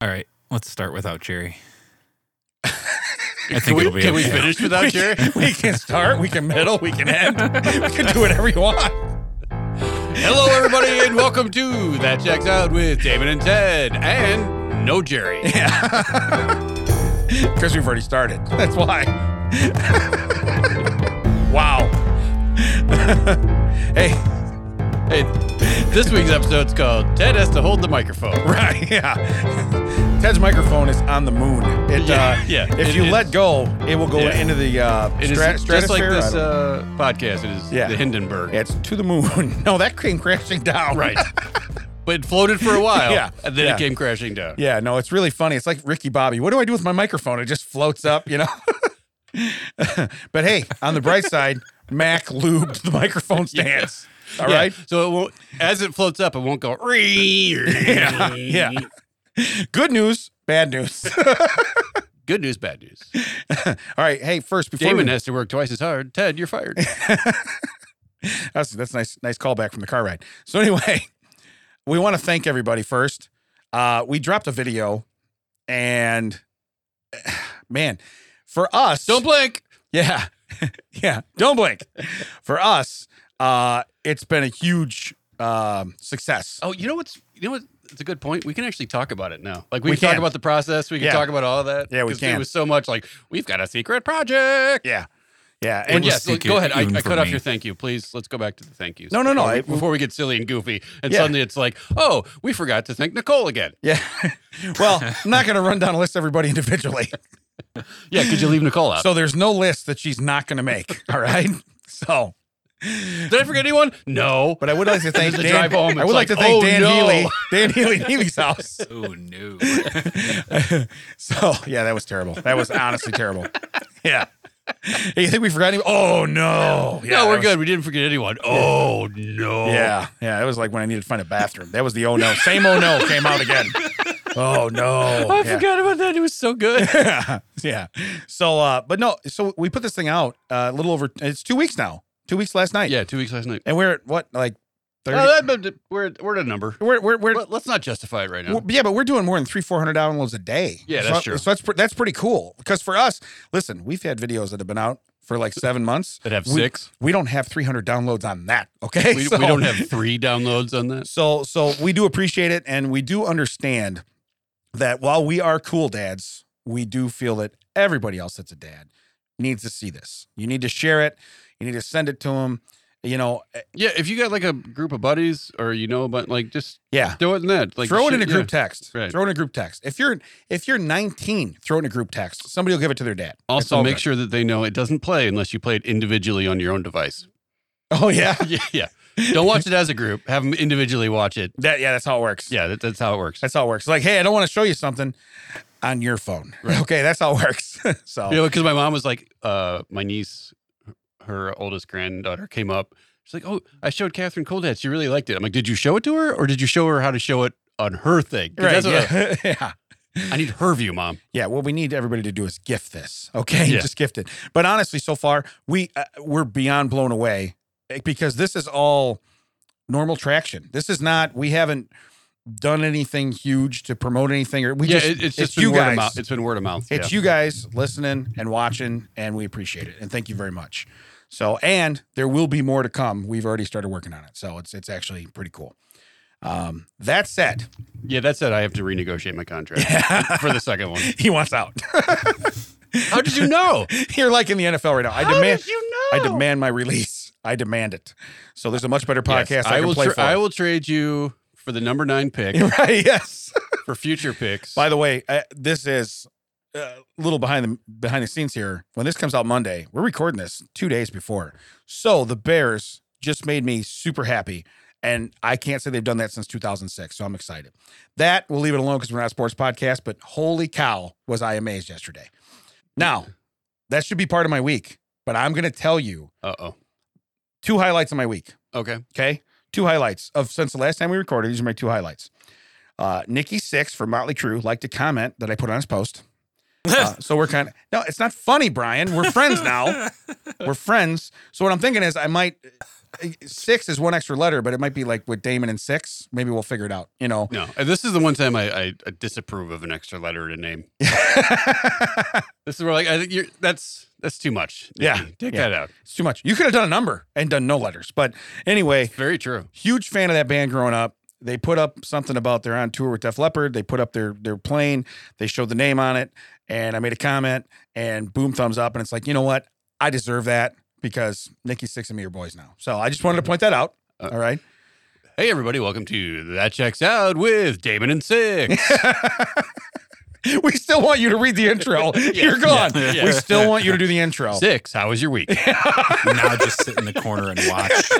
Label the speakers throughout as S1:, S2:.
S1: All right, let's start without Jerry. I
S2: Can
S1: think
S2: we,
S1: it'll be
S2: can we
S1: okay.
S2: finish without Jerry?
S3: we can start, we can middle, we can end, we can do whatever you want.
S2: Hello, everybody, and welcome to That Checks Out with Damon and Ted and No Jerry.
S3: Because we've already started. That's why. wow. hey,
S2: Hey, this week's episode's called Ted Has to Hold the Microphone.
S3: right, yeah. Ted's microphone is on the moon. It,
S2: Yeah,
S3: uh,
S2: yeah,
S3: If
S2: it
S3: you
S2: is.
S3: let go, it will go
S2: Yeah.
S3: into the uh,
S2: It is
S3: strat-
S2: just like
S3: stratosphere. I
S2: this
S3: don't-
S2: uh, podcast. It is
S3: Yeah.
S2: the Hindenburg.
S3: Yeah, it's to the moon. no, that came crashing down.
S2: Right. but it floated for a while,
S3: Yeah,
S2: and then
S3: yeah.
S2: it came crashing down.
S3: Yeah, no, it's really funny. It's like Ricky Bobby. What do I do with my microphone? It just floats up, you know. but hey, on the bright side, Mac lubed the microphone stance. All
S2: Yeah,
S3: right.
S2: So it won't, as it floats up, it won't go. Yeah.
S3: Yeah. Good news, bad news.
S2: Good news, bad news.
S3: All right. Hey, first before
S2: Damon
S3: we,
S2: has to work twice as hard. Ted, you're fired.
S3: that's that's nice nice callback from the car ride. So anyway, we want to thank everybody first. Uh, we dropped a video, and man, for us,
S2: Don't blink.
S3: Yeah. yeah. Don't blink. For us, uh, it's been a huge um, success.
S2: Oh, you know what's you know what? It's a good point. We can actually talk about it now. Like we,
S3: We
S2: can talk
S3: can.
S2: about the process. We can
S3: Yeah.
S2: talk about all of that.
S3: Yeah, we
S2: 'Cause
S3: can.
S2: It was so much like we've got a secret project.
S3: Yeah. Yeah.
S2: And
S3: And
S1: was
S2: yes, so
S1: secret
S2: go ahead. I,
S1: even
S2: I
S1: for
S2: cut off
S1: me.
S2: your thank you. Please, let's go back to the thank yous.
S3: No, no, no.
S2: Before, we-
S3: I-
S2: before we get silly and goofy, and
S3: Yeah.
S2: suddenly it's like, oh, we forgot to thank Nicole again.
S3: yeah. well, I'm not going to run down a list of everybody individually.
S2: Yeah, could you leave Nicole out?
S3: So there's no list that she's not going to make. All right. So,
S2: Did I forget anyone? No.
S3: but I would like to thank
S2: The
S3: Dan.
S2: drive home,
S3: I
S2: it's
S3: would
S2: like,
S3: like, to thank
S2: oh,
S3: Dan
S2: no.
S3: Healy. Dan Healy at Healy's house.
S1: Oh no!
S3: so yeah, that was terrible. That was honestly terrible. Yeah. Hey, you think we forgot him? Oh no. Yeah,
S2: no,
S3: that
S2: we're
S3: was-
S2: good. We didn't forget anyone. Oh no.
S3: Yeah, yeah. It was like when I needed to find a bathroom. That was the oh no. Same oh no came out again. Oh no.
S2: I
S3: yeah.
S2: forgot about that. It was so good.
S3: Yeah. yeah. So, uh, but no. So we put this thing out uh, a little over. It's two weeks now. Two weeks last night.
S2: yeah, two weeks last night.
S3: And we're at what like thirty.
S2: Oh, that- but we're we're at a number.
S3: we're we're, we're
S2: Let- Let's not justify it right now.
S3: Well, yeah, but we're doing more than three, four hundred downloads a day.
S2: Yeah,
S3: So-
S2: that's true.
S3: So that's pre- that's pretty cool because for us, listen, we've had videos that have been out for like seven months.
S2: That have
S3: We-
S2: six.
S3: We don't have three hundred downloads on that. Okay,
S2: We,
S3: So-
S2: we don't have three downloads on that.
S3: So so we do appreciate it and we do understand that while we are cool dads, we do feel that everybody else that's a dad needs to see this. You need to share it. You need to send it to them. You know, eh,
S2: Yeah, if you got like a group of buddies or you know, but like just
S3: yeah.
S2: throw it in that. Like
S3: throw it in a
S2: shit,
S3: group
S2: yeah.
S3: text.
S2: Right.
S3: Throw it in a group text. If you're if you're 19, throw it in a group text. Somebody will give it to their dad. It's
S2: Also,
S3: all
S2: make
S3: good.
S2: sure that they know it doesn't play unless you play it individually on your own device.
S3: Oh yeah.
S2: yeah, yeah. Don't watch it as a group. Have them individually watch it.
S3: That yeah, that's how it works.
S2: Yeah, that, that's how it works.
S3: That's how it works. Like, hey, I don't want to show you something on your phone. Okay, that's how it works. so
S2: You know, because my mom was like, uh, my niece, her oldest granddaughter came up. She's like, oh, I showed Catherine Coldat. She really liked it. I'm like, did you show it to her or did you show her how to show it on her thing? 'Cause
S3: right,
S2: that's what
S3: yeah. yeah.
S2: I, I need her view, mom.
S3: Yeah, what we need everybody to do is gift this, okay?
S2: Yeah.
S3: Just gift it. But honestly, so far we uh, we're beyond blown away eh, because this is all normal traction. This is not we haven't done anything huge to promote anything, or we
S2: yeah,
S3: just
S2: it- it's just been
S3: you
S2: word
S3: guys.
S2: of mouth. It's been word of mouth.
S3: It's you guys listening and watching, and we appreciate it, and thank you very much. So, and there will be more to come. We've already started working on it, so it's it's actually pretty cool. Um, that said,
S2: Yeah, that said, I have to renegotiate my contract for the second one.
S3: he wants out.
S2: How did you know?
S3: You're like in the NFL right now. I demand.
S2: you
S3: I demand my release. I demand it. So there's a much better podcast I,
S2: I,
S3: can
S2: will.
S3: play
S2: Tra-
S3: for.
S2: I will trade you for the number nine pick
S3: right? Yes.
S2: for future picks.
S3: By the way, uh, this is uh, a little behind the behind the scenes here. When this comes out Monday, we're recording this two days before. So the Bears just made me super happy. And I can't say they've done that since 2006, so I'm excited. That we'll leave it alone because we're not a sports podcast. But holy cow, was I amazed yesterday! Now, that should be part of my week, but I'm going to tell you
S2: uh oh.
S3: two highlights of my week.
S2: Okay.
S3: Okay. Two highlights of since the last time we recorded. These are my two highlights. Uh, Nikki Six for Motley Crue liked a comment that I put on his post. Uh, so we're kind of no, it's not funny, Brian. We're friends now. we're friends. So what I'm thinking is I might six is one extra letter, but it might be like with Damon and six. Maybe we'll figure it out. You know.
S2: No, and this is the one time I, I, I disapprove of an extra letter in a name. This is where like I think you're that's that's too much.
S3: Yeah.
S2: Nikki. take
S3: Yeah.
S2: that out.
S3: it's too much. You could have done a number and done no letters. But anyway,
S2: Very true.
S3: huge fan of that band growing up. They put up something about they're on tour with Def Leppard. They put up their their plane. They showed the name on it, and I made a comment, and boom, thumbs up, and it's like you know what, I deserve that because Nikki Six and me are boys now. So I just wanted to point that out.
S2: Uh,
S3: All right,
S2: Hey everybody, welcome to that checks out with Damon and Six.
S3: we still want you to read the intro. You're gone.
S1: Yeah. Yeah.
S3: We still want you to do the intro.
S2: Six, how was your week?
S1: now just sit in the corner and watch.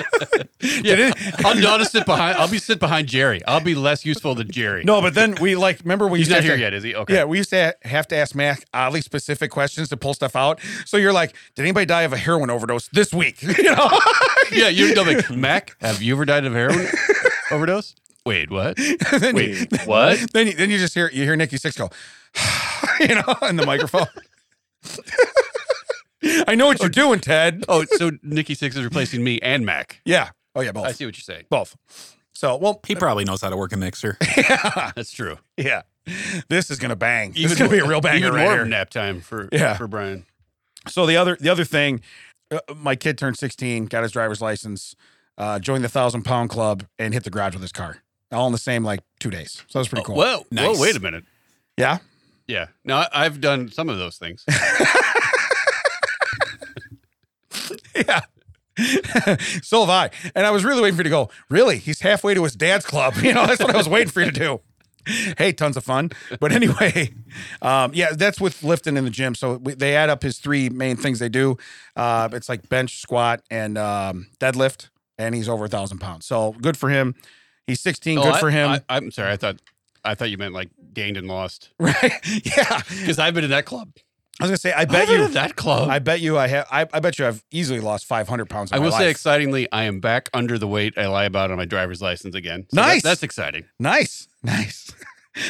S2: Yeah, I'll, I'll just sit behind. I'll be sit behind Jerry. I'll be less useful than Jerry.
S3: No, but then we like remember we
S2: he's
S3: used to
S2: not here
S3: have to-
S2: yet, is he? Okay.
S3: Yeah, we used to have to ask Mac oddly specific questions to pull stuff out. So you're like, did anybody die of a heroin overdose this week? you know?
S2: yeah. You're dumb. Like, Mac, have you ever died of heroin overdose? Wait, what?
S3: then, you,
S2: Wait, what?
S3: then you- then you just hear you hear Nikki Six go, you know, in the microphone. I know what you're doing, Ted.
S2: Oh, so Nikki Six is replacing me and Mac.
S3: Yeah. Oh yeah,
S2: I
S3: both.
S2: see what you're saying.
S3: Both. So well,
S1: He probably knows how to work a mixer.
S2: That's true.
S3: yeah. This is gonna bang. Ah, This
S2: Even
S3: is gonna be a real banger
S2: Even
S3: right
S2: more
S3: here.
S2: nap time for
S3: Yeah.
S2: for Brian.
S3: So the other the other thing, uh, my kid turned 16, got his driver's license, uh, joined the thousand pound club, and hit the garage with his car. All in the same like two days. So that was pretty cool.
S2: Oh, Whoa,
S1: Nice.
S2: whoa, wait a minute.
S3: Yeah.
S2: Yeah. No, I- I've done some of those things.
S3: Yeah. so have I. And I was really waiting for you to go, really? He's halfway to his dad's club. You know, that's what I was waiting for you to do. Hey, tons of fun. But anyway, um, yeah, that's with lifting in the gym. So we, they add up his three main things they do. Uh, it's like bench, squat, and um, deadlift. And he's over a thousand pounds. So good for him. He's 16.
S2: Oh,
S3: good
S2: I-
S3: for him.
S2: I, I'm sorry. I thought I thought you meant like gained and lost
S3: right? Yeah.
S2: because I've been in that club.
S3: I was going to say, I
S2: I've
S3: bet
S2: been
S3: you.
S2: in that club.
S3: I bet you I have. I, I bet you I've easily lost 500 pounds. in
S2: I
S3: my
S2: will say
S3: life.
S2: excitingly, I am back under the weight I lie about on my driver's license again.
S3: Nice.
S2: that- that's exciting.
S3: nice. Nice.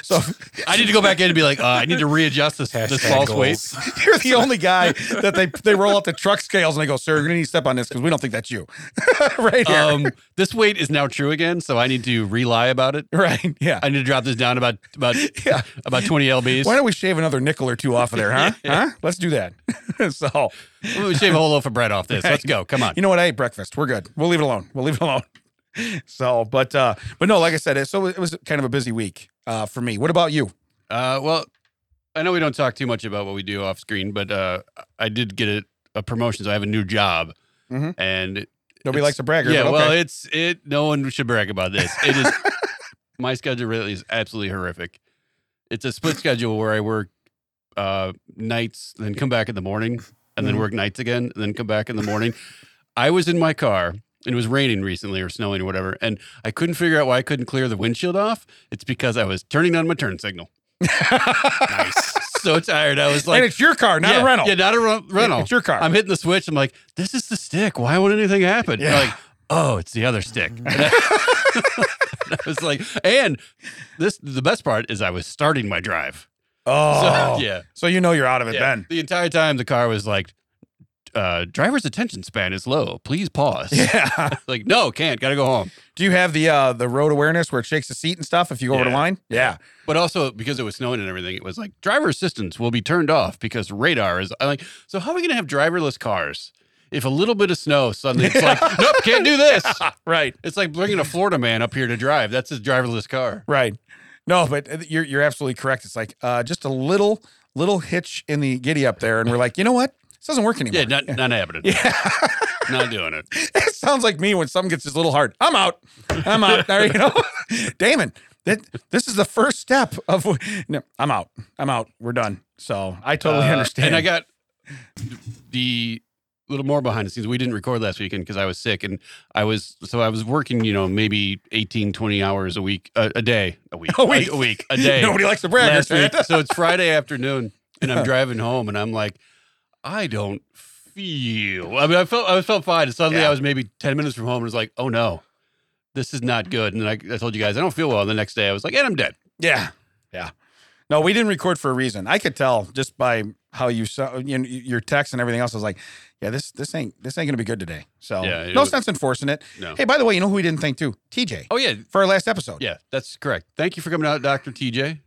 S3: So
S2: I need to go back in and be like, uh, I need to readjust this, this
S1: Hashtag
S2: false
S1: goals.
S2: weight.
S3: You're the only guy that they they roll out the truck scales and they go, "Sir, you're gonna need to step on this because we don't think that's you." right here,
S2: Um, this weight is now true again, so I need to re-lie about it.
S3: right? Yeah.
S2: I need to drop this down about about
S3: Yeah.
S2: about 20 lbs.
S3: Why don't we shave another nickel or two off of there, huh? Huh? Let's do that. so,
S2: we shave a whole loaf of bread off this. Let's go. Come on.
S3: you know what? I ate breakfast. We're good. We'll leave it alone. We'll leave it alone. So, but uh, but no, like I said, it, so it was kind of a busy week uh, for me. What about you?
S2: Uh, well, I know we don't talk too much about what we do off screen, but uh, I did get a, a promotion, so I have a new job,
S3: Mhm.
S2: and it-
S3: Nobody
S2: It's-
S3: likes a bragger.
S2: yeah,
S3: but okay.
S2: well, it's it. No one should brag about this. It is my schedule really is absolutely horrific. It's a split schedule where I work uh, nights, then come back in the morning, and then
S3: Mhm.
S2: work nights again, and then come back in the morning. I was in my car. and It was raining recently or snowing or whatever, and I couldn't figure out why I couldn't clear the windshield off. It's because I was turning on my turn signal.
S1: Nice.
S2: So tired. I was
S3: and
S2: like,
S3: it's your car, not
S2: yeah,
S3: a rental.
S2: Yeah, not a ren- rental.
S3: It's your car.
S2: I'm hitting the switch. I'm like, this is the stick. Why wouldn't anything happen?
S3: Yeah.
S2: They're Like, oh, it's the other stick. And I, I was like, and this the best part is I was starting my drive.
S3: oh,
S2: So,
S3: yeah.
S2: yeah,
S3: So you know you're out of it
S2: yeah.
S3: then.
S2: the entire time the car was like, uh, driver's attention span is low. Please pause.
S3: Yeah.
S2: Like, no, can't. Got to go home.
S3: Do you have the uh the road awareness where it shakes the seat and stuff if you go over the
S2: Yeah.
S3: line? Yeah.
S2: But also because it was snowing and everything, it was like driver assistance will be turned off because radar is. I'm like, so how are we going to have driverless cars if a little bit of snow suddenly it's like, nope, can't do this.
S3: Right.
S2: It's like bringing a Florida man up here to drive. That's his driverless car.
S3: Right. No, but uh, you're you're absolutely correct. It's like uh just a little little hitch in the giddy up there, and we're like, you know what? This doesn't work anymore.
S2: Yeah, not not happening.
S3: Yeah.
S2: Not doing it.
S3: it sounds like me when something gets just a little hard. I'm out. I'm out. There you know, Damon. That this is the first step of. No, I'm out. I'm out. We're done. So I totally
S2: Uh,
S3: understand.
S2: And I got the little more behind the scenes. We didn't record last weekend because I was sick and I was so I was working, you know, maybe 18, 20 hours a week, uh, a day, a week,
S3: A week.
S2: a, week, a day.
S3: Nobody likes the
S2: last
S3: braggers.
S2: week.
S3: man.
S2: So it's Friday afternoon, and I'm driving home, and I'm like, I don't feel. I mean, I felt I felt fine. And suddenly,
S3: Yeah.
S2: I was maybe ten minutes from home, and was like, oh no, this is not good. And then I, I told you guys I don't feel well. And the next day, I was like, and I'm dead.
S3: Yeah. Yeah. No, we didn't record for a reason. I could tell just by how you saw you know, your text and everything else. I was like, yeah, this this ain't this ain't gonna be good today. So
S2: Yeah, it
S3: no
S2: was-
S3: sense enforcing it.
S2: No.
S3: Hey, by the way, you know who we didn't thank too? TJ
S2: Oh yeah,
S3: for our last episode.
S2: yeah, that's correct. Thank you for coming out, Doctor TJ.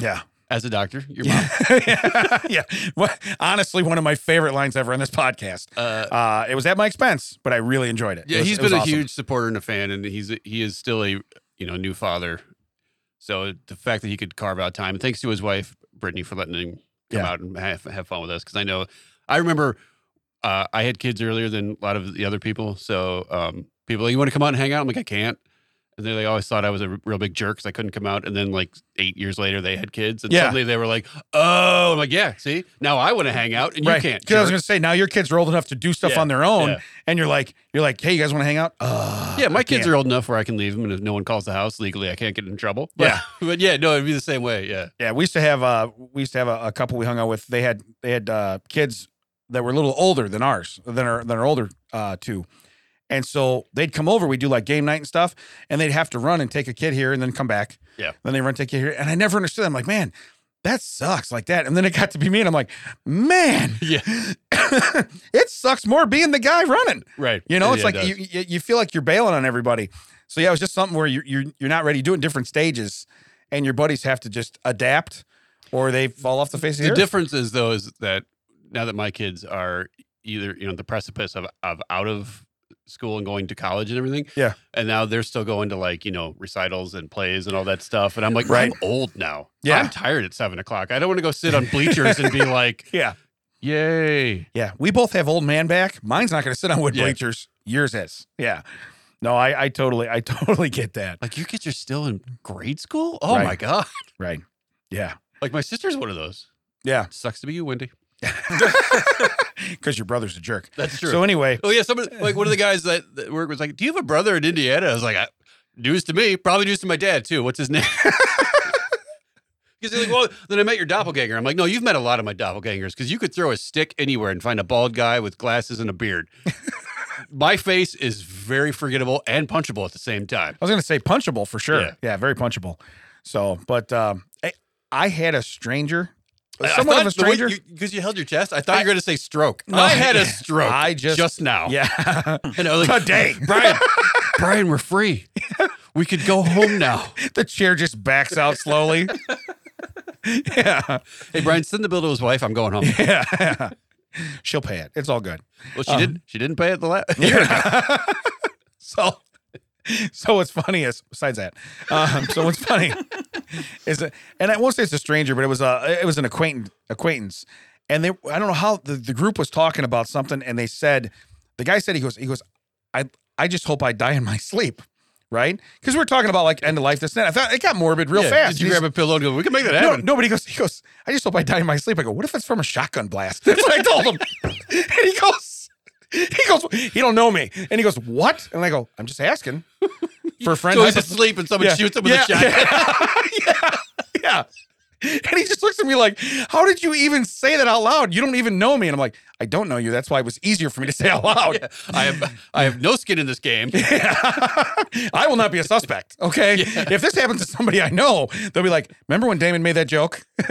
S3: Yeah.
S2: As a doctor, your mom.
S3: yeah. yeah. Well, honestly, one of my favorite lines ever on this podcast.
S2: Uh,
S3: Uh, it was at my expense, but I really enjoyed it.
S2: yeah,
S3: It was-
S2: he's
S3: it was
S2: been a
S3: awesome.
S2: huge supporter and a fan, and he's he is still a you know new father. So the fact that he could carve out time, thanks to his wife Brittany for letting him come
S3: Yeah.
S2: out and have, have fun with us. Because I know I remember uh, I had kids earlier than a lot of the other people. So um, people, like, you want to come out and hang out? I'm like, I can't. And they like, always thought I was a r- real big jerk because I couldn't come out. And then like eight years later, they had kids, and
S3: Yeah.
S2: suddenly they were like, "Oh, I'm like, yeah, see, now I want to hang out, and
S3: right.
S2: you can't."
S3: 'Cause I was
S2: jerk."
S3: gonna say now your kids are old enough to do stuff
S2: Yeah,
S3: on their own,
S2: yeah.
S3: and you're like, you're like, hey, you guys want to hang out? Uh,
S2: Yeah, my
S3: I
S2: kids
S3: can't.
S2: are old enough where Ah, I can leave them, and if no one calls the house legally, I can't get in trouble. But,
S3: Yeah.
S2: but yeah, no, it'd be the same way. Yeah,
S3: Yeah, we used to have uh, we used to have a, a couple we hung out with. They had they had uh, kids that were a little older than ours, than our than our older uh, two, and so they'd come over. We would do like game night and stuff, and they'd have to run and take a kid here and then come back.
S2: Yeah.
S3: Then they run take a kid here, and I never understood. I'm like, man, that sucks like that. And then it got to be me, and I'm like, man,
S2: yeah,
S3: it sucks more being the guy running.
S2: right.
S3: You know,
S2: Yeah,
S3: it's
S2: it
S3: like
S2: does.
S3: you, you you feel like you're bailing on everybody. So yeah, it was just something where you're you're, you're not ready. You do it in different stages, and your buddies have to just adapt, or they fall off the face of the,
S2: the
S3: earth.
S2: difference is though is that now that my kids are either you know the precipice of of out of school and going to college and everything.
S3: Yeah.
S2: and now they're still going to like you know recitals and plays and all that stuff, and I'm like, I'm
S3: Right.
S2: old now.
S3: Yeah.
S2: I'm tired at seven o'clock. I don't want to go sit on bleachers and be like,
S3: Yeah,
S2: yay.
S3: yeah. We both have old man back. Mine's not going to sit on wood
S2: Yeah.
S3: bleachers. Yours is. Yeah. No, I I totally I totally get that.
S2: Like your kids are still in grade school? Oh
S3: Right.
S2: my god!
S3: Right. Yeah.
S2: Like my sister's one of those.
S3: Yeah.
S2: Sucks to be you, Wendy.
S3: Because your brother's a jerk.
S2: That's true.
S3: So anyway,
S2: Oh yeah, someone like one of the guys that, that work was like, "Do you have a brother in Indiana?" I was like, I, "News to me, probably news to my dad too." What's his name? Because they're like, "Well, then I met your doppelganger." I'm like, "No, you've met a lot of my doppelgangers because you could throw a stick anywhere and find a bald guy with glasses and a beard." my face is very forgettable and punchable at the same time.
S3: I was going to say punchable for sure. Yeah.
S2: Yeah.
S3: very punchable. So, but um, I, I had a stranger,
S2: I- I
S3: somewhat
S2: thought
S3: of a
S2: the way
S3: stranger.
S2: you- because you, held your chest. I thought you were going to say stroke.
S3: No,
S2: I had
S3: yeah.
S2: a stroke.
S3: I just-
S2: now.
S3: yeah,
S2: and I was like,
S3: today,
S2: oh. Brian, Brian, we're free. We could go home now.
S3: the chair just backs out slowly. yeah,
S2: Hey, Brian, send the bill to his wife. I'm going home.
S3: yeah. She'll pay it. It's all good.
S2: Well,
S3: Uh-huh.
S2: she didn't. She didn't pay it the last.
S3: so so what's funny is besides that um, so what's funny is that, and i won't say it's a stranger but it was a it was an acquaintance acquaintance and they i don't know how the, the group was talking about something and they said the guy said he goes he goes i i just hope i die in my sleep right because we were talking about like end of life this and that. i thought it got morbid real fast
S2: Did you
S3: He's-
S2: grab a pillow and go? We can make that
S3: no,
S2: happen.
S3: nobody goes. He goes. I just hope I die in my sleep. I go. What if it's from a shotgun blast? That's what I told him. and he goes. He goes. He don't know me. And he goes. What? And I go. I'm just asking for a friend.
S2: so he's asleep and someone shoots him with a shotgun.
S3: Yeah. yeah. Yeah. And he just looks at me like, "How did you even say that out loud? You don't even know me." And I'm like, "I don't know you. That's why it was easier for me to say out loud.
S2: I have. I have no skin in this game.
S3: I will not be a suspect. Okay. If this happens to somebody I know, they'll be like, "Remember when Damon made that joke?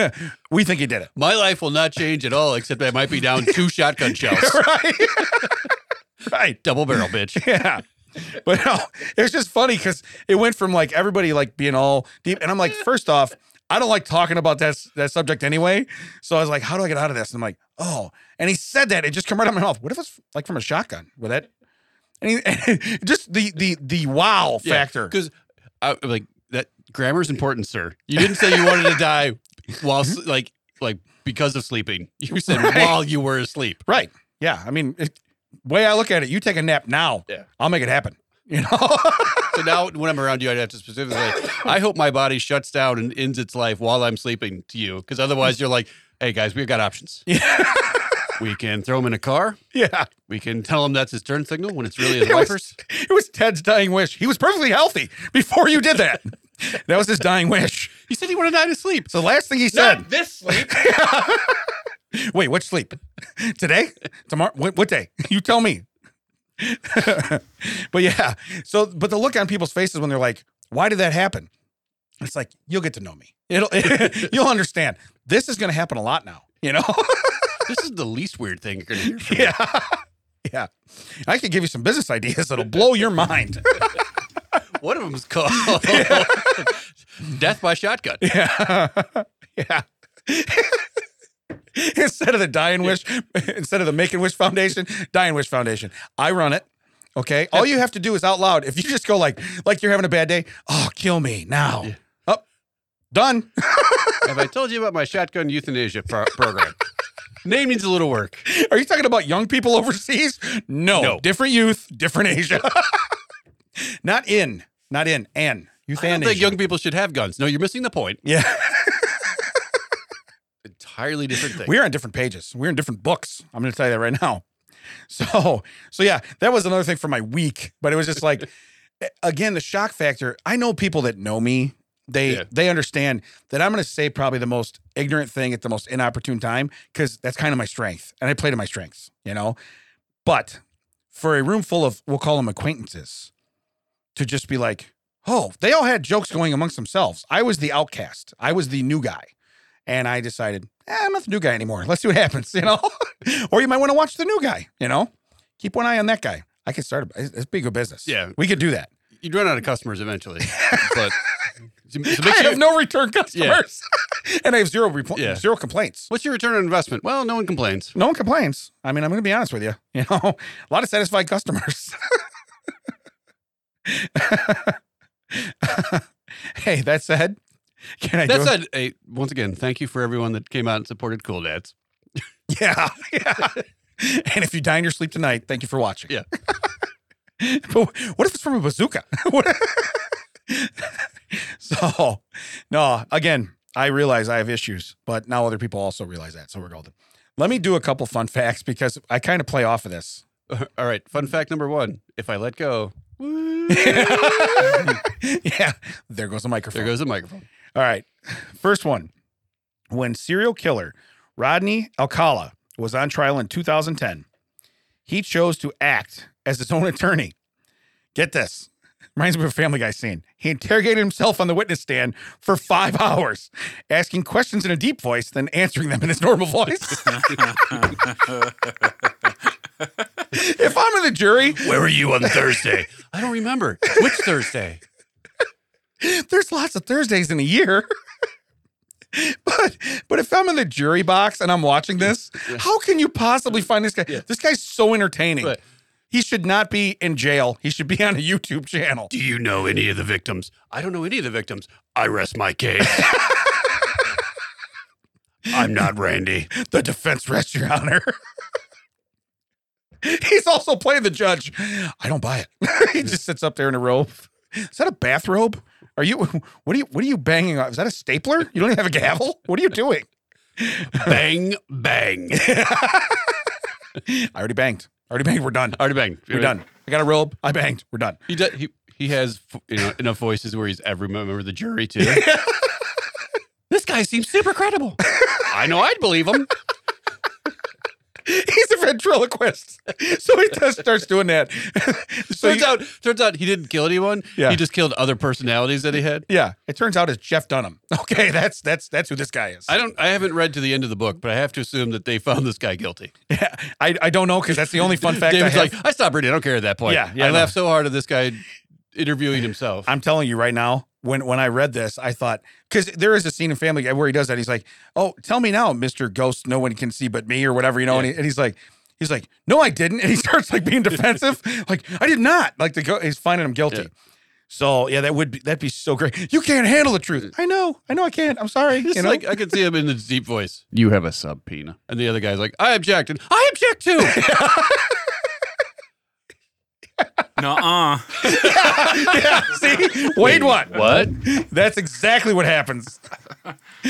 S3: we think he did it."
S2: My life will not change at all, except I might be down two shotgun shells.
S3: right? right.
S2: Double barrel, bitch.
S3: Yeah. But no, it was just funny because it went from like everybody like being all deep, and I'm like, first off, I don't like talking about that that subject anyway. So I was like, how do I get out of this? And I'm like, oh. And he said that it just come right out of my mouth. What if it's like from a shotgun? Would that? And, he, just the the the wow factor.
S2: Because I like that grammar's important, sir. You didn't say you wanted to die while s- like like because of sleeping. You said
S3: Right.
S2: while you were asleep.
S3: Right. Yeah. I mean, it, way I look at it, you take a nap now.
S2: Yeah.
S3: I'll make it happen. You know.
S2: So now when I'm around you, I'd have to specifically. I hope my body shuts down and ends its life while I'm sleeping to you, because otherwise you're like, hey guys, we've got options.
S3: yeah.
S2: We can throw him in a car.
S3: Yeah.
S2: We can tell him that's his turn signal when it's really his
S3: It was-
S2: wipers.
S3: It was Ted's dying wish. He was perfectly healthy before you did that. that was his dying wish.
S2: He said he wanted to die to sleep.
S3: It's the last thing he said.
S2: this sleep.
S3: Wait, what sleep? Today? Tomorrow? What, what day? You tell me. but yeah. So, but the look on people's faces when they're like, why did that happen? It's like you'll get to know me. It'll you'll understand. This is going to happen a lot now. You know.
S2: this is the least weird thing you're gonna hear. From me.
S3: yeah. Yeah. I could give you some business ideas that'll blow your mind.
S2: One of them's called death by shotgun.
S3: Yeah. yeah. instead of the Dying Wish, instead of the Make and Wish Foundation, Dying Wish Foundation. I run it. Okay. All you have to do is out loud. If you just go like, like you're having a bad day, oh, kill me now.
S2: Yeah.
S3: Oh, done.
S2: Have I told you about my shotgun euthanasia pro- program? Name needs a little work.
S3: Are you talking about young people overseas? No.
S2: No.
S3: Different youth, different Asia. not in, not in, and. Youth
S2: I don't
S3: and
S2: think
S3: Asia.
S2: young people should have guns. No, you're missing the point.
S3: yeah.
S2: Entirely different thing.
S3: We're on different pages. We're in different books. I'm going to tell you that right now. So, so yeah, that was another thing for my week, but it was just like, again, the shock factor. I know people that know me. They
S2: Yeah.
S3: they understand that I'm going to say probably the most ignorant thing at the most inopportune time because that's kind of my strength, and I play to my strengths, you know. But for a room full of we'll call them acquaintances, to just be like, oh, they all had jokes going amongst themselves. I was the outcast. I was the new guy. And I decided, eh, I'm not the new guy anymore. Let's see what happens, you know? or you might want to watch the new guy, you know? Keep one eye on that guy. I could start, a, it's big a business.
S2: Yeah.
S3: We could do that.
S2: You'd run out of customers eventually. But so make
S3: I
S2: sure-
S3: have no return customers. and I have zero, repl-
S2: Yeah.
S3: zero complaints.
S2: what's your return on investment? Well, no one complains.
S3: No one complains. I mean, I'm going to be honest with you. You know, a lot of satisfied customers. hey, that said, can I do
S2: That's
S3: it?
S2: a, a once again, thank you for everyone that came out and supported Cool Dads.
S3: Yeah, yeah. and if you die in your sleep tonight, thank you for watching.
S2: Yeah.
S3: but what if it's from a bazooka? What- so, no. Again, I realize I have issues, but now other people also realize that, so we're golden. Let me do a couple fun facts because I kind of play off of this.
S2: All right, fun fact number one: if I let go,
S3: yeah, there goes a microphone.
S2: there goes the microphone.
S3: All right. First one. When serial killer Rodney Alcala was on trial in 2010, he chose to act as his own attorney. Get this. Reminds me of a Family Guy scene. He interrogated himself on the witness stand for five hours, asking questions in a deep voice, then answering them in his normal voice. if I'm in the jury,
S2: Where were you on Thursday? I don't remember. Which Thursday?
S3: there's lots of Thursdays in a year. but but if I'm in the jury box and I'm watching this,
S2: Yeah.
S3: how can you possibly find this guy?
S2: Yeah.
S3: This guy's so entertaining.
S2: Right.
S3: He should not be in jail. He should be on a YouTube channel.
S2: Do you know any of the victims? I don't know any of the victims. I rest my case. I'm not Randy.
S3: The defense rests your honor. He's also playing the judge. I don't buy it. he just sits up there in a robe. Is that a bathrobe? Are you what are you what are you banging on? Is that a stapler? You don't even have a gavel? What are you doing?
S2: Bang, bang.
S3: I already banged. Already banged. We're done.
S2: Already banged.
S3: We're done. I got a robe. I banged. We're done.
S2: He does, he he has you know, enough voices where he's every member of the jury too. this guy seems super credible. I know I'd believe him.
S3: He's a ventriloquist. So he just starts doing that. so
S2: turns
S3: you-
S2: out turns out he didn't kill anyone.
S3: Yeah.
S2: He just killed other personalities that he had.
S3: yeah, it turns out it's Jeff Dunham. Okay, that's that's that's who this guy is.
S2: I don't I haven't read to the end of the book, but I have to assume that they found this guy guilty.
S3: Yeah, I, I don't know because that's the only fun fact I
S2: David's
S3: have.
S2: like, I stopped reading. I don't care at that point.
S3: Yeah, yeah,
S2: I
S3: I
S2: laughed so hard at this guy interviewing himself.
S3: I'm telling you right now, when when I read this, I thought because there is a scene in Family Guy where he does that. He's like, "Oh, tell me now, Mister Ghost, no one can see but me, or whatever, you know." And,
S2: Yeah.
S3: he, and he's like, "He's like, no, I didn't," and he starts like being defensive, like, "I did not." Like the go- he's finding him guilty.
S2: Yeah.
S3: So yeah, that would be that'd be so great. You can't handle the truth. I know, I know, I can't. I'm sorry.
S2: It's
S3: You know,
S2: like I could see him in his deep voice. You have a subpoena. And the other guy's like, I object. And I object too.
S1: Nuh-uh.
S3: yeah. See, Wade won.
S2: what?
S3: That's exactly what happens.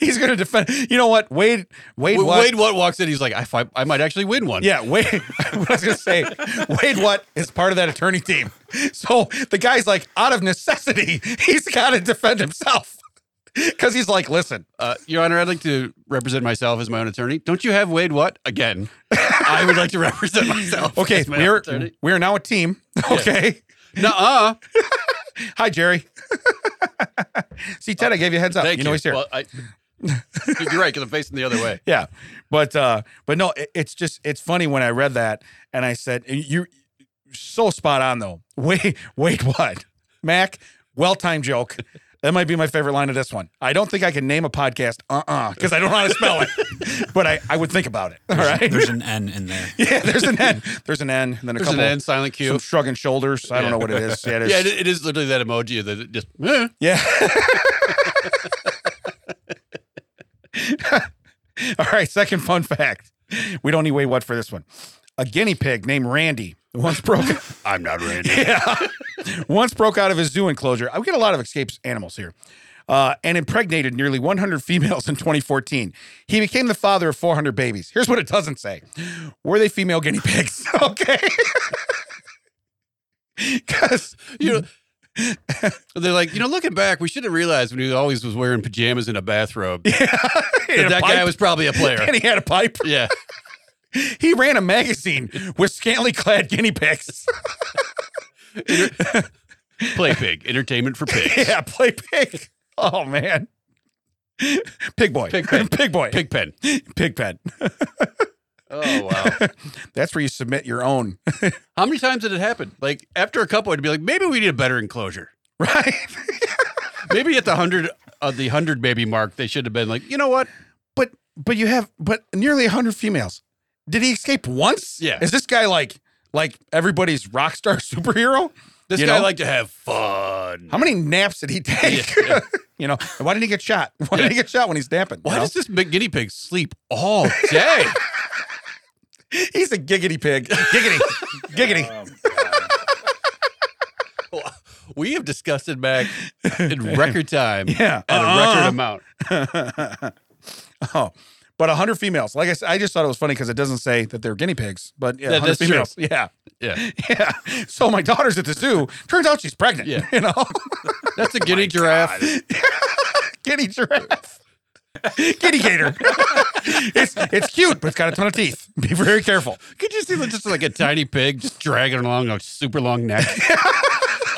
S3: he's gonna defend. You know what, Wade? Wade,
S2: Wade
S3: won.
S2: what? walks in. He's like, I, fi- I might actually win one.
S3: Yeah, Wade. what I was gonna say, Wade Watt is part of that attorney team. So the guy's like, out of necessity, he's got to defend himself because he's like, listen,
S2: Uh, Your Honor, I'd like to represent myself as my own attorney. Don't you have Wade what? Again, I would like to represent myself.
S3: okay,
S2: as my own
S3: we're
S2: attorney.
S3: we're now a team, okay.
S2: Nuh-uh.
S3: Hi, Jerry. See, Ted, I gave you a heads up.
S2: Thank
S3: you know he's here.
S2: Well, I, you're right, because I'm facing the other way.
S3: yeah but uh but no it, it's just it's funny when i read that and i said you so spot on though wait wait what mac well-timed joke that might be my favorite line of this one i don't think i can name a podcast uh-uh because i don't know how to spell it but i i would think about it all right
S1: There's an N in there.
S3: yeah there's an n there's an n and then a
S2: There's an
S3: couple
S2: end silent
S3: some
S2: cue.
S3: shrugging shoulders i don't know what it is yeah it is
S2: Yeah, it, it is literally that emoji that it just eh.
S3: Yeah. All right, second fun fact. We don't need wait what for this one. A guinea pig named Randy once broke
S2: I'm not ready.
S3: yeah, once broke out of his zoo enclosure. I get a lot of escaped animals here. Uh, and impregnated nearly 100 females in 2014. He became the father of 400 babies. Here's what it doesn't say Were they female guinea pigs? okay. Because
S2: you know, they're like, you know, looking back, we should have realized when he always was wearing pajamas and a bathrobe that that guy was probably a player.
S3: And he had a pipe.
S2: yeah,
S3: He ran a magazine with scantily clad guinea pigs.
S2: play pig, entertainment for pigs,
S3: yeah, play pig. Oh man. Pig boy.
S2: Pig pen.
S3: pig boy.
S2: pig pen.
S3: pig pen.
S2: Oh wow!
S3: That's where you submit your own.
S2: How many times did it happen? Like after a couple, I'd be like, maybe we need a better enclosure.
S3: Right?
S2: Maybe at the hundred uh, the hundred baby mark, they should have been like, you know what?
S3: but but you have but nearly 100 females. Did he escape once?
S2: Yeah.
S3: Is this guy like like everybody's rock star superhero?
S2: This
S3: You
S2: guy
S3: know?
S2: like to have fun.
S3: How many naps did he take?
S2: Yeah, yeah.
S3: you know, and why did he get shot? Why
S2: Yeah.
S3: did he get shot when he's napping? you
S2: Why
S3: know?
S2: does this big guinea pig sleep all day?
S3: he's a giggity pig. Giggity. giggity.
S2: Um, we have discussed it back in record time
S3: Yeah. Uh-huh.
S2: at a record amount.
S3: Oh, but 100 females. Like I said, I just thought it was funny because it doesn't say that they're guinea pigs, but yeah,
S2: Yeah,
S3: 100
S2: that's true.
S3: females. Yeah.
S2: Yeah,
S3: Yeah. So my daughter's at the zoo. Turns out she's pregnant.
S2: Yeah.
S3: You know,
S2: that's
S3: Oh
S2: a guinea giraffe.
S3: guinea giraffe. Guinea gator. it's it's cute, but it's got a ton of teeth. Be very careful.
S2: Could you see like, just like a tiny pig just dragging along a super long neck?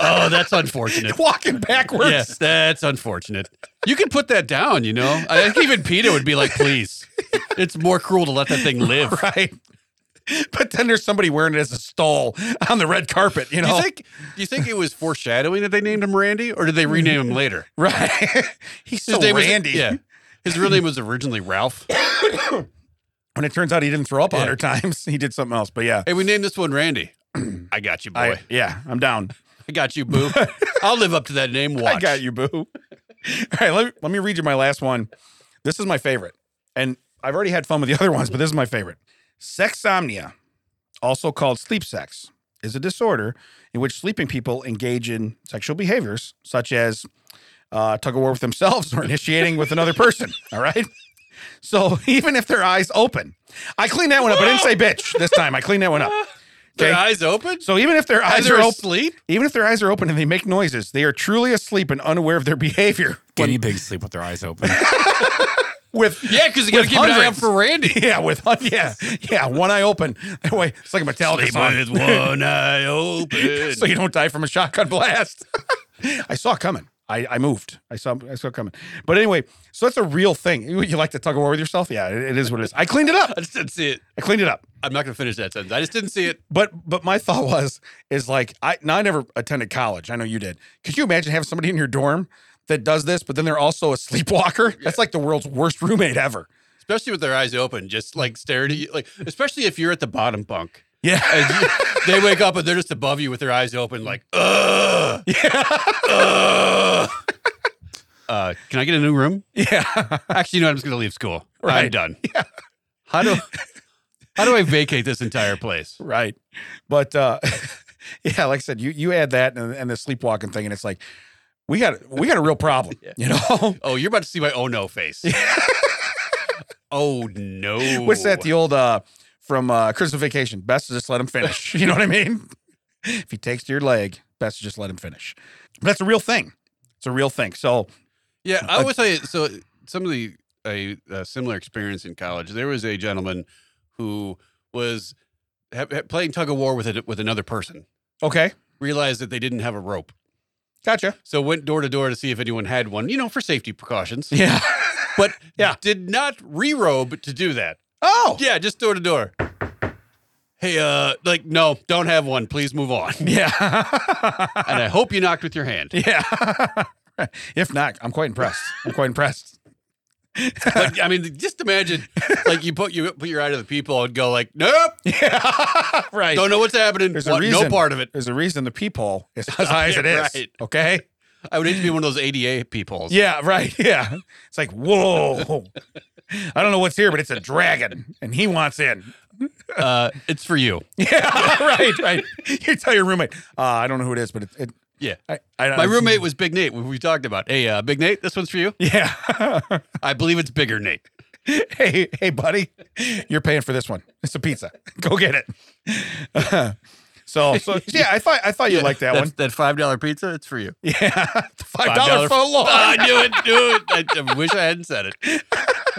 S2: oh, that's unfortunate.
S3: Walking backwards.
S2: Yes, that's unfortunate. You could put that down, you know? I think even PETA would be like, please. It's more cruel to let that thing live.
S3: Right. But then there's somebody wearing it as a stall on the red carpet, you
S2: Do
S3: know.
S2: you think do you think it was foreshadowing that they named him Randy or did they rename him later?
S3: right. He's so
S2: Mm-hmm. name was-
S3: Randy.
S2: yeah. His real name was originally Ralph.
S3: When it turns out he didn't throw up a
S2: Yeah.
S3: hundred times, he did something else. But yeah.
S2: Hey, we named this one Randy. I got you, boy.
S3: I,
S2: I,
S3: yeah, I'm down.
S2: got you, boo. I'll live up to that name. Watch.
S3: I got you, boo. All right, let me, let me read you my last one. This is my favorite. And I've already had fun with the other ones, but this is my favorite. Sexomnia, also called sleep sex, is a disorder in which sleeping people engage in sexual behaviors such as uh, tug of war with themselves or initiating with another person. All right. So even if their eyes open, I cleaned that one up. I didn't say bitch this time. I cleaned that one up.
S2: Their
S3: Okay.
S2: eyes open?
S3: So even if their eyes
S2: Eyes are
S3: are open,
S2: asleep?
S3: even if their eyes are open and they make noises, they are truly asleep and unaware of their behavior. When-
S1: Guinea pigs sleep with their eyes open.
S3: with
S2: Yeah, because you got to
S3: With
S2: keep an eye out
S3: hundreds.
S2: for Randy.
S3: yeah, with yeah, yeah, one eye open. That way, it's like a Metallica song.
S2: with one eye open.
S3: so you don't die from a shotgun blast. I saw it coming. I, I moved. I saw I saw it coming. But anyway, so that's a real thing. You, you like to tug of war with yourself? Yeah, it- it is what it is. I cleaned it up.
S2: I just didn't see it.
S3: I cleaned it up.
S2: I'm not going to finish that sentence. I just didn't see it.
S3: But but my thought was is like I now I never attended college. I know you did. Could you imagine having somebody in your dorm that does this, but then they're also a sleepwalker? That's like the world's worst roommate ever.
S2: Especially with their eyes open, just like staring at you. Like, especially if you're at the bottom bunk.
S3: Yeah.
S2: And you, they wake up and they're just above you with their eyes open, like, ugh. ugh." Uh, can I get a new room?
S3: Yeah.
S2: Actually, you know what? I'm just going to leave school. I'm
S3: Right.
S2: done. How do how do I vacate this entire place?
S3: right. But uh yeah, like I said, you you add that and, and the sleepwalking thing, and it's like we got we got a real problem. You know?
S2: Oh, you're about to see my oh no face. oh no.
S3: What's that? The old uh from uh Christmas vacation. Best to just let him finish. You know what I mean? if he takes to your leg, best to just let him finish. But that's a real thing. It's a real thing. So
S2: Yeah, I would say so. Some of the a, uh similar experience in college. There was a gentleman who was ha- ha- playing tug of war with a, with another person.
S3: okay.
S2: Realized that they didn't have a rope,
S3: Gotcha.
S2: So went door to door to see if anyone had one, you know, for safety precautions.
S3: Yeah.
S2: But
S3: Yeah.
S2: did not rerobe to do that.
S3: Oh.
S2: Yeah, just door to door. Hey, uh, like, no, don't have one. Please move on.
S3: Yeah.
S2: And I hope you knocked with your hand.
S3: yeah. if not, I'm quite impressed. I'm quite impressed.
S2: Like, I mean, just imagine, like, you put you put your eye to the people and go like, nope,
S3: Yeah. right.
S2: don't know what's happening.
S3: There's a
S2: Want no
S3: reason.
S2: part of it.
S3: There's a reason the peephole is as high as it is.
S2: Right.
S3: Okay.
S2: I would hate to be one of those ADA people.
S3: Yeah. Right. Yeah. It's like whoa. I don't know what's here, but it's a dragon, and he wants in.
S2: Uh, it's for you.
S3: Yeah, right, right. You tell your roommate, uh, I don't know who it is, but it, it
S2: Yeah.
S3: I, I
S2: My roommate was Big Nate. who We talked about. Hey, uh, Big Nate, this one's for you.
S3: Yeah.
S2: I believe it's bigger Nate.
S3: hey, hey, buddy, you're paying for this one. It's a pizza. Go get it. so, so yeah, I thought I thought you liked that
S2: That's-
S3: one.
S2: That five dollar pizza, it's for you.
S3: Yeah, five
S2: $5
S3: dollars for a
S2: Oh,
S3: long.
S2: I knew it, dude. I, I wish I hadn't said it.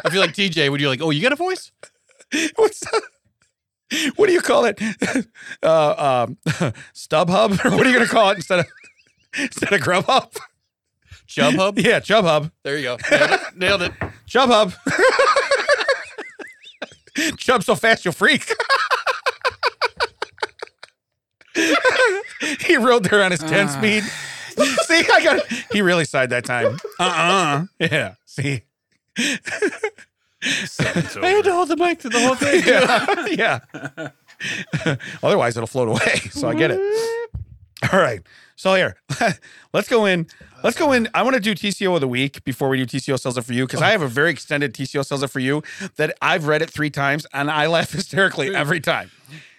S2: I feel like TJ when you're like, oh, you got a voice?
S3: What's that? What do you call it? Uh, um, StubHub, or what are you gonna call it instead of instead of Grubhub?
S2: Chub Hub.
S3: Yeah, Chubhub,
S2: There you go. Nailed it. Nailed it.
S3: Chubhub. Chub so fast you'll freak. he rode there on his 10
S1: Ah.
S3: speed. See, I got it. He really sighed that time. Uh uh Yeah. See?
S2: I had to hold the mic to the whole thing.
S3: Yeah. yeah. Otherwise, it'll float away. So I get it. All right. So here, let's go in. Let's go in. I want to do TCO of the week before we do TCO sells it for you because I have a very extended TCO sells it for you that I've read it three times and I laugh hysterically every time.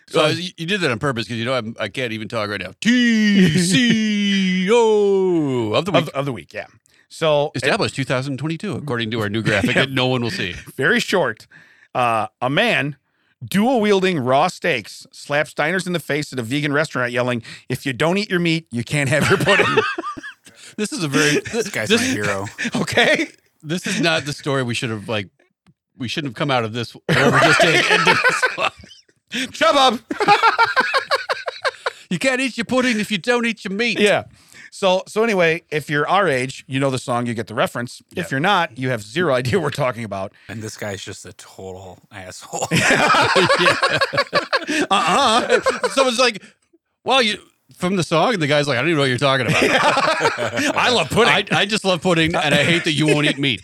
S2: So you you did that on purpose because you know I'm, I can't even talk right now. TCO of the week.
S3: Of, of the week, yeah. So
S2: Established 2022, according to our new graphic that no one will see.
S3: very short. Uh, a man dual wielding raw steaks slaps diners in the face at a vegan restaurant, yelling, "If you don't eat your meat, you can't have your pudding."
S2: This is a very
S1: This guy's my hero.
S3: okay.
S2: this is not the story we should have like we shouldn't have come out of this whatever just did into this one.
S3: Shut up.
S2: You can't eat your pudding if you don't eat your meat.
S3: Yeah. So so anyway, if you're our age, you know the song, you get the reference.
S2: Yeah.
S3: If you're not, you have zero idea what we're talking about.
S1: And this guy's just a total asshole.
S3: Uh-uh.
S2: Uh-huh. Someone's like, well, you from the song, and the guy's like, I don't even know what you're talking about.
S3: I love pudding.
S2: I, I just love pudding and I hate that you won't eat meat.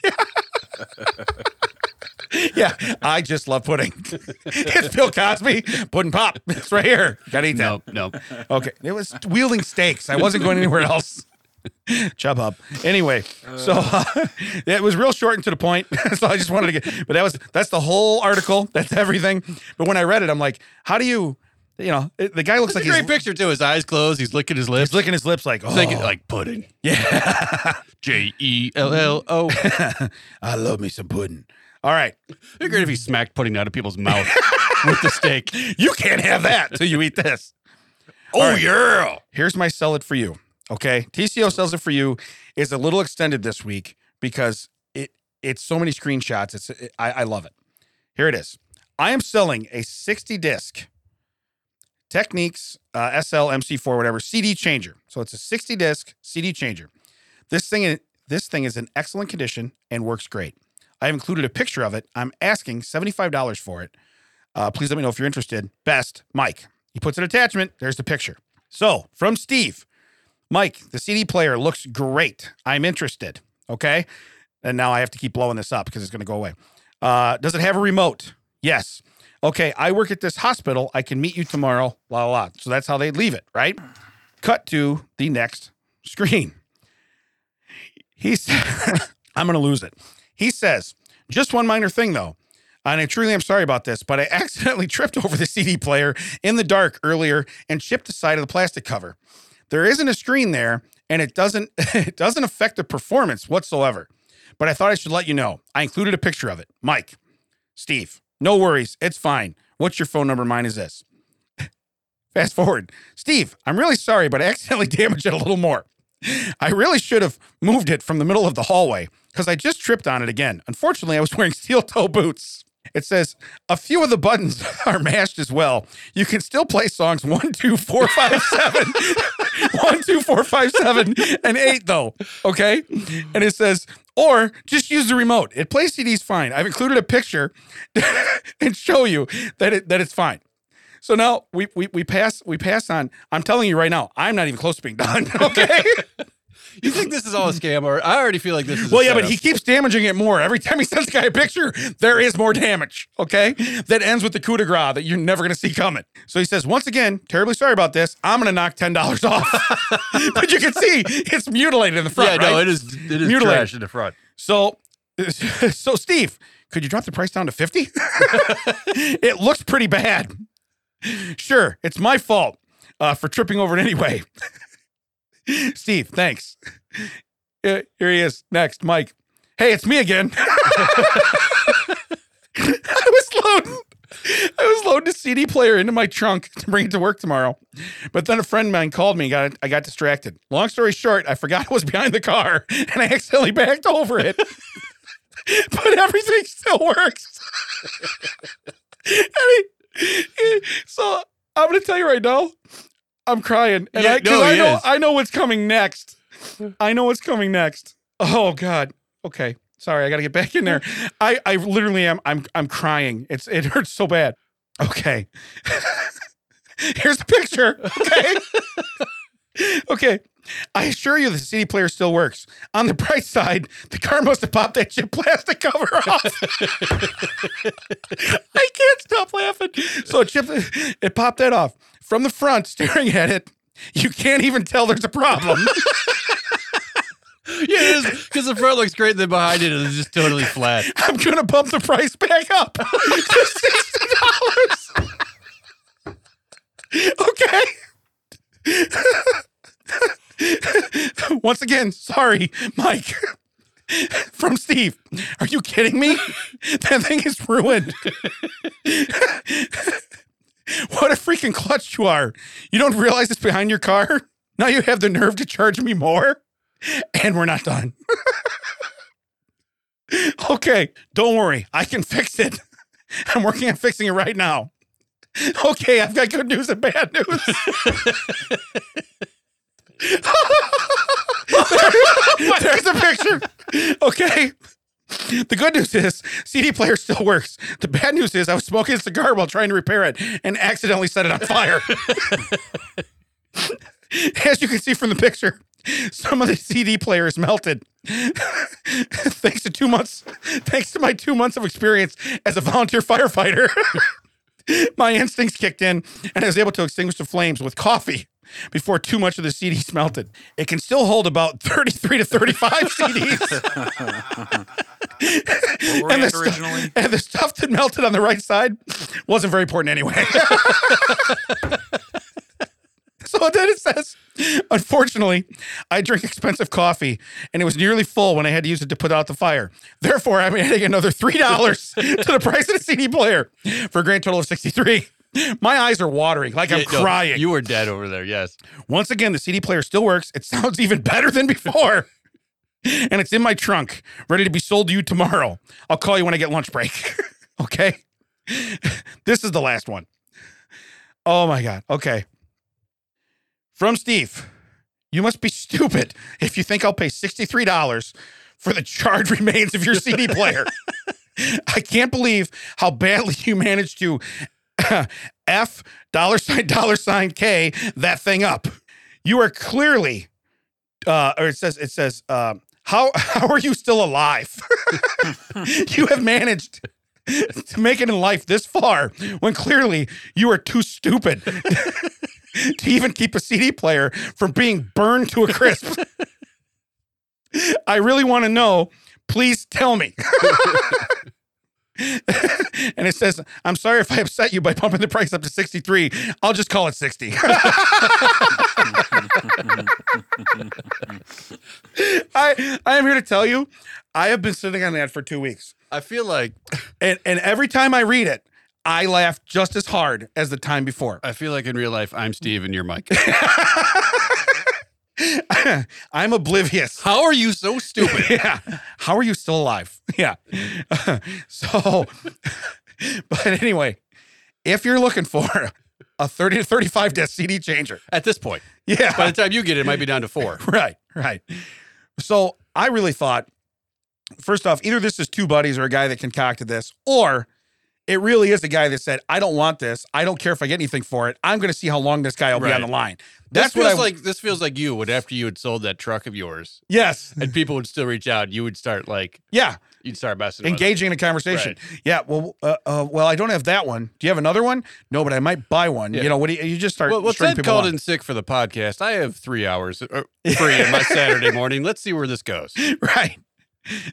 S3: yeah. I just love pudding. it's Bill Cosby, pudding pop. It's right here. Gotta eat that.
S2: No, no.
S3: Okay. It was wielding stakes. I wasn't going anywhere else. Chub hub. Anyway, so
S2: Uh.
S3: it was real short and to the point. so I just wanted to get, but that was that's the whole article. That's everything. But when I read it, I'm like, how do you, you know, it- the guy looks
S2: It's a
S3: like
S2: great
S3: he's
S2: picture too. His eyes closed, he's licking his lips.
S3: He's licking his lips like, oh,
S2: Thinking like pudding.
S3: yeah,
S2: J E L L O. It'd
S3: I love me some pudding. All right,
S2: be great if he smacked pudding out of people's mouth with the steak.
S3: you can't have that till you eat this.
S2: Oh
S3: All right.
S2: yeah.
S3: Here's my sell it for you. Okay, TCO sells it for you is a little extended this week because it it's so many screenshots. It's it, I, I love it. Here it is. I am selling a 60 disc Techniques uh, SLMC4 whatever CD changer. So it's a 60 disc CD changer. This thing this thing is in excellent condition and works great. I've included a picture of it. I'm asking $75 for it. Uh, please let me know if you're interested. Best, Mike. He puts an attachment. There's the picture. So from Steve, Mike, the CD player looks great. I'm interested. Okay. And now I have to keep blowing this up because it's going to go away. Uh, does it have a remote? Yes. Okay. I work at this hospital. I can meet you tomorrow. La la la. So that's how they leave it, right? Cut to the next screen. He said, I'm going to lose it. He says, just one minor thing though. And I truly am sorry about this, but I accidentally tripped over the CD player in the dark earlier and chipped the side of the plastic cover. There isn't a screen there and it doesn't it doesn't affect the performance whatsoever. But I thought I should let you know. I included a picture of it. Mike, Steve, no worries. It's fine. What's your phone number? Mine is this. Fast forward. Steve, I'm really sorry, but I accidentally damaged it a little more. I really should have moved it from the middle of the hallway because I just tripped on it again. Unfortunately, I was wearing steel toe boots. It says a few of the buttons are mashed as well. You can still play songs one, two, four, five, seven, one, two, four, five, seven, and eight though. Okay, and it says or just use the remote. It plays CDs fine. I've included a picture and show you that it that it's fine. So now we we we pass we pass on. I'm telling you right now, I'm not even close to being done. Okay.
S2: You think this is all a scam, or I already feel like this is. a
S3: Well, yeah, but
S2: setup.
S3: he keeps damaging it more. Every time he sends the guy a picture, there is more damage, okay? That ends with the coup de grace that you're never going to see coming. So he says, once again, terribly sorry about this. I'm going to knock $10 off. but you can see it's mutilated in the front,
S2: Yeah,
S3: right?
S2: no, it is. It is
S3: Mutilated.
S2: trash in the front.
S3: So, so Steve, could you drop the price down to 50? it looks pretty bad. Sure, it's my fault uh, for tripping over it anyway. Steve, thanks. Uh, Here he is. Next, Mike. Hey, it's me again. I was loading. I was loading a CD player into my trunk to bring it to work tomorrow, but then a friend of mine called me. And got I got distracted. Long story short, I forgot it was behind the car, and I accidentally backed over it. but everything still works. and he- he- so I'm gonna tell you right now, I'm crying, and
S2: Yeah,
S3: I, 'cause
S2: no,
S3: I
S2: he
S3: know
S2: is.
S3: I know what's coming next. I know what's coming next. Oh God. Okay. Sorry, I got to get back in there. I, I literally am. I'm I'm crying. It's it hurts so bad. Okay. Here's the picture. Okay. okay. I assure you the CD player still works. On the bright side, the car must have popped that shit plastic cover off. I can't stop laughing. So Chip, it popped that off from the front, staring at it. You can't even tell there's a problem.
S2: Yeah, it is because the front looks great, then behind it is just totally flat.
S3: I'm gonna bump the price back up to sixty dollars. okay. Once again, sorry, Mike. From Steve, are you kidding me? That thing is ruined. what a freaking clutch you are. You don't realize it's behind your car? Now you have the nerve to charge me more? And we're not done. Okay, don't worry. I can fix it. I'm working on fixing it right now. Okay, I've got good news and bad news. There's a picture. Okay. The good news is CD player still works. The bad news is I was smoking a cigar while trying to repair it and accidentally set it on fire. As you can see from the picture, some of the CD player is melted. thanks to two months, thanks to my two months of experience as a volunteer firefighter, my instincts kicked in and I was able to extinguish the flames with coffee before too much of the CDs melted. It can still hold about 33 to 35 CDs.
S4: What were we
S3: And the
S4: at
S3: stu-
S4: originally?
S3: and the stuff that melted on the right side wasn't very important anyway. so then it says, unfortunately, I drink expensive coffee and it was nearly full when I had to use it to put out the fire. Therefore, I'm adding another $3 to the price of the CD player for a grand total of 63 My eyes are watering, like I'm
S2: Yeah, no,
S3: crying.
S2: you were dead over there. Yes.
S3: Once again, the CD player still works. It sounds even better than before. and it's in my trunk, ready to be sold to you tomorrow. I'll call you when I get lunch break. okay. this is the last one. Oh my God. Okay. From Steve, you must be stupid if you think I'll pay $63 for the charred remains of your CD player. I can't believe how badly you managed to F dollar sign dollar sign K that thing up. You are clearly, uh, or it says it says um, how how are you still alive? you have managed to make it in life this far when clearly you are too stupid to even keep a CD player from being burned to a crisp. I really want to know. Please tell me and it says, "I'm sorry if I upset you by pumping the price up to 63. I'll just call it 60." I I am here to tell you, I have been sitting on that for 2 weeks.
S2: I feel like
S3: And and every time I read it, I laugh just as hard as the time before.
S2: I feel like in real life I'm Steve and you're Mike.
S3: I'm oblivious.
S2: Uh, How are you so stupid?
S3: Yeah. How are you still alive? Yeah. so but anyway, if you're looking for a 30 to 35 disc CD changer,
S2: At this point,
S3: yeah,
S2: by the time you get it, it might be down to four.
S3: right, right. So I really thought, first off, either this is two buddies or a guy that concocted this, or it really is a guy that said, "I don't want this. I don't care if I get anything for it. I'm going to see how long this guy will be on
S2: Right.
S3: the line."
S2: This
S3: That's
S2: feels
S3: what I
S2: like. This feels like you would after you had sold that truck of yours,
S3: Yes,
S2: and people would still reach out. You would start like
S3: yeah,
S2: you'd start messing. with them.
S3: engaging in a conversation. Yeah. Well, uh, uh, well, I don't have that one. Do you have another one? No, but I might buy one.
S2: Yeah.
S3: You know, what do you, you just start?
S2: Well, well,
S3: stringing
S2: Ted
S3: people
S2: called
S3: along.
S2: in sick for the podcast. I have three hours uh, free on my Saturday morning. Let's see where this goes.
S3: right.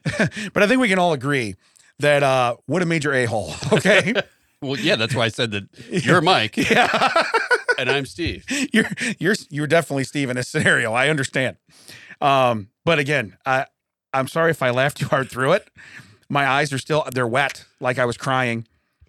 S3: but I think we can all agree that uh, what a major a hole. Okay.
S2: Well, yeah, that's why I said that you're Mike
S3: yeah.
S2: and I'm Steve.
S3: you're you're you're definitely Steve in this scenario. I understand. Um, but again, I I'm sorry if I laughed too hard through it. My eyes are still they're wet, like I was crying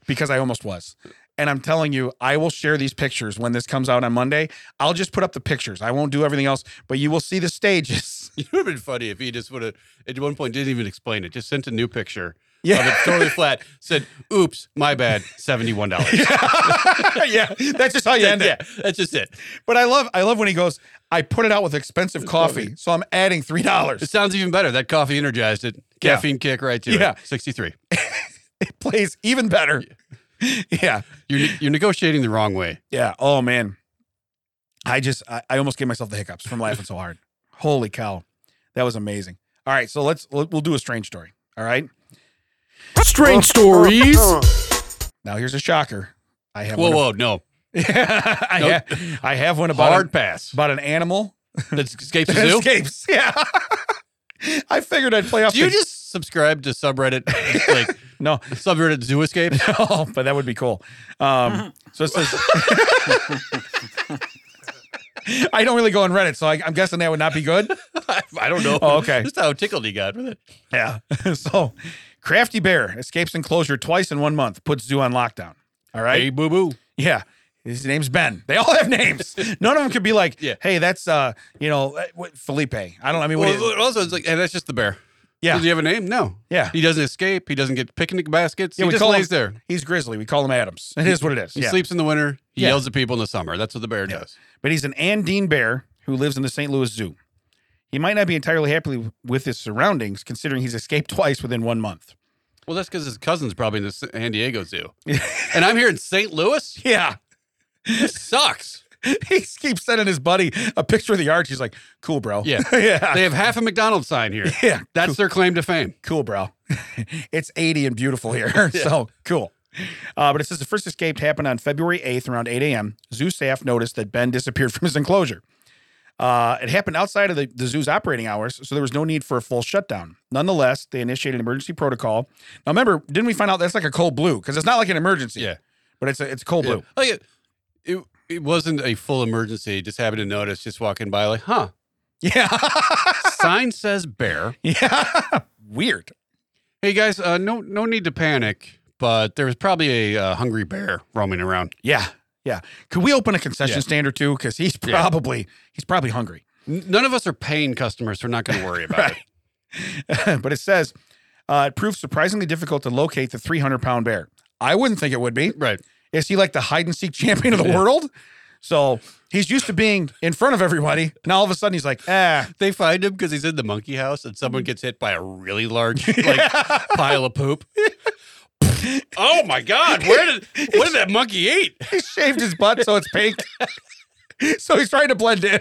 S3: because I almost was. And I'm telling you, I will share these pictures when this comes out on Monday. I'll just put up the pictures. I won't do everything else, but you will see the stages.
S2: It would have been funny if he just would have, at one point, didn't even explain it, just sent a new picture of it
S3: Yeah.
S2: totally flat, said, oops, my bad, $71.
S3: yeah. That's just how you end it.
S2: Oh, yeah, that's just it.
S3: But I love I love when he goes, I put it out with expensive coffee, so I'm adding three
S2: It
S3: dollars.
S2: sounds even better. That coffee energized it.
S3: Yeah.
S2: Caffeine kick right to
S3: Yeah.
S2: it. 63.
S3: It plays even better. yeah.
S2: You're, ne- you're negotiating the wrong way.
S3: Yeah. Oh man. I just I, I almost gave myself the hiccups from laughing so hard. Holy cow. That was amazing. All right, so let's we'll we'll do a strange story. All right.
S1: Strange stories.
S3: Now here's a shocker. I have
S2: Whoa,
S3: one
S2: whoa, no.
S3: I,
S2: Nope.
S3: ha- I have one about
S2: Hard
S3: an,
S2: pass.
S3: about an animal
S2: That escapes
S3: that
S2: the zoo.
S3: escapes. Yeah. I figured I'd play off
S2: Do you
S3: the-
S2: just subscribe to subreddit, like
S3: No.
S2: subreddit zoo escape?
S3: No, but that would be cool. Um, so it says, I don't really go on Reddit, so I, I'm guessing that would not be good.
S2: I, I don't know.
S3: Oh, okay.
S2: Just how tickled he got with it.
S3: Yeah. so, crafty bear escapes enclosure twice in one month, puts zoo on lockdown. All right.
S2: Hey, boo boo.
S3: Yeah. His name's Ben. They all have names. None of them could be like,
S2: Yeah.
S3: hey, that's uh, you know, uh, what- Felipe. I don't. I mean, what do
S2: Well,
S3: you-
S2: also, it's like, hey, that's just the bear.
S3: yeah,
S2: Does he have a name? No.
S3: yeah.
S2: He doesn't escape. He doesn't get picnic baskets.
S3: Yeah,
S2: he
S3: we
S2: just
S3: call
S2: lays
S3: him-
S2: there.
S3: He's grizzly. We call him Adams. It is what it is.
S2: He
S3: Yeah.
S2: sleeps in the winter. He
S3: Yeah.
S2: yells at people in the summer. That's what the bear does.
S3: But he's an Andine bear who lives in the St. Louis Zoo. He might not be entirely happy with his surroundings, considering he's escaped twice within one month.
S2: Well, that's because his cousin's probably in the San Diego Zoo. and I'm here in St. Louis?
S3: Yeah.
S2: This sucks.
S3: he keeps sending his buddy a picture of the arch. He's like, cool, bro.
S2: Yeah.
S3: yeah.
S2: They have half a McDonald's sign here.
S3: yeah.
S2: That's their claim to fame.
S3: cool, bro. it's 80 and beautiful here. So cool. Uh, but it says the first escape happened on February 8th around 8 a.m. Zoo staff noticed that Ben disappeared from his enclosure. Uh, it happened outside of the, the zoo's operating hours, so there was no need for a full shutdown. Nonetheless, they initiated an emergency protocol. Now, remember, didn't we find out that's like a cold blue? Because it's not like an emergency.
S2: Yeah.
S3: But it's a, it's cold blue.
S2: Yeah. Like it, it, it wasn't a full emergency. Just happened to notice, just walking by, like, huh,
S3: Yeah.
S2: sign says bear.
S3: yeah. Weird.
S2: Hey guys, uh, no, no need to panic, but there was probably a uh, hungry bear roaming around.
S3: Yeah. Yeah. Could we open a concession
S2: Yeah.
S3: stand or two? Because he's
S2: Yeah.
S3: probably he's probably hungry.
S2: N- None of us are paying customers. So we're not going to worry about it.
S3: but it says uh, it proved surprisingly difficult to locate the 300 pound bear. I wouldn't think it would be.
S2: Right.
S3: Is he like the hide and seek champion of the
S2: Yeah.
S3: world? So he's used to being in front of everybody. Now all of a sudden he's like, ah,
S2: They find him because he's in the monkey house and someone gets hit by a really large like pile of poop. oh my God. Where did, what did that monkey eat?
S3: he shaved his butt so it's pink. so he's trying to blend in.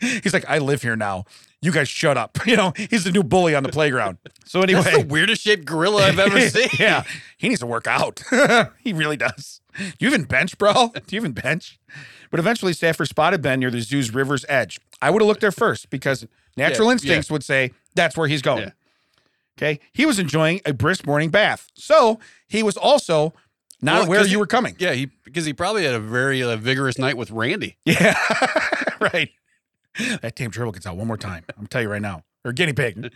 S3: He's like, I live here now. You guys shut up. You know, he's the new bully on the playground. So anyway,
S2: That's the weirdest shaped gorilla I've ever seen.
S3: yeah, he needs to work out. he really does. Do you even bench, bro? Do you even bench? But eventually, staffers spotted Ben near the zoo's river's edge. I would have looked there first because natural
S2: Yeah,
S3: instincts would say that's where he's going.
S2: Yeah.
S3: Okay, he was enjoying a brisk morning bath, so he was also not
S2: Well,
S3: aware
S2: 'cause
S3: you
S2: he-
S3: were coming.
S2: Yeah, he because he probably had a very uh, vigorous night with Randy.
S3: Yeah, right. That damn gerbil gets out one more time. I'm telling you right now. Or guinea pig.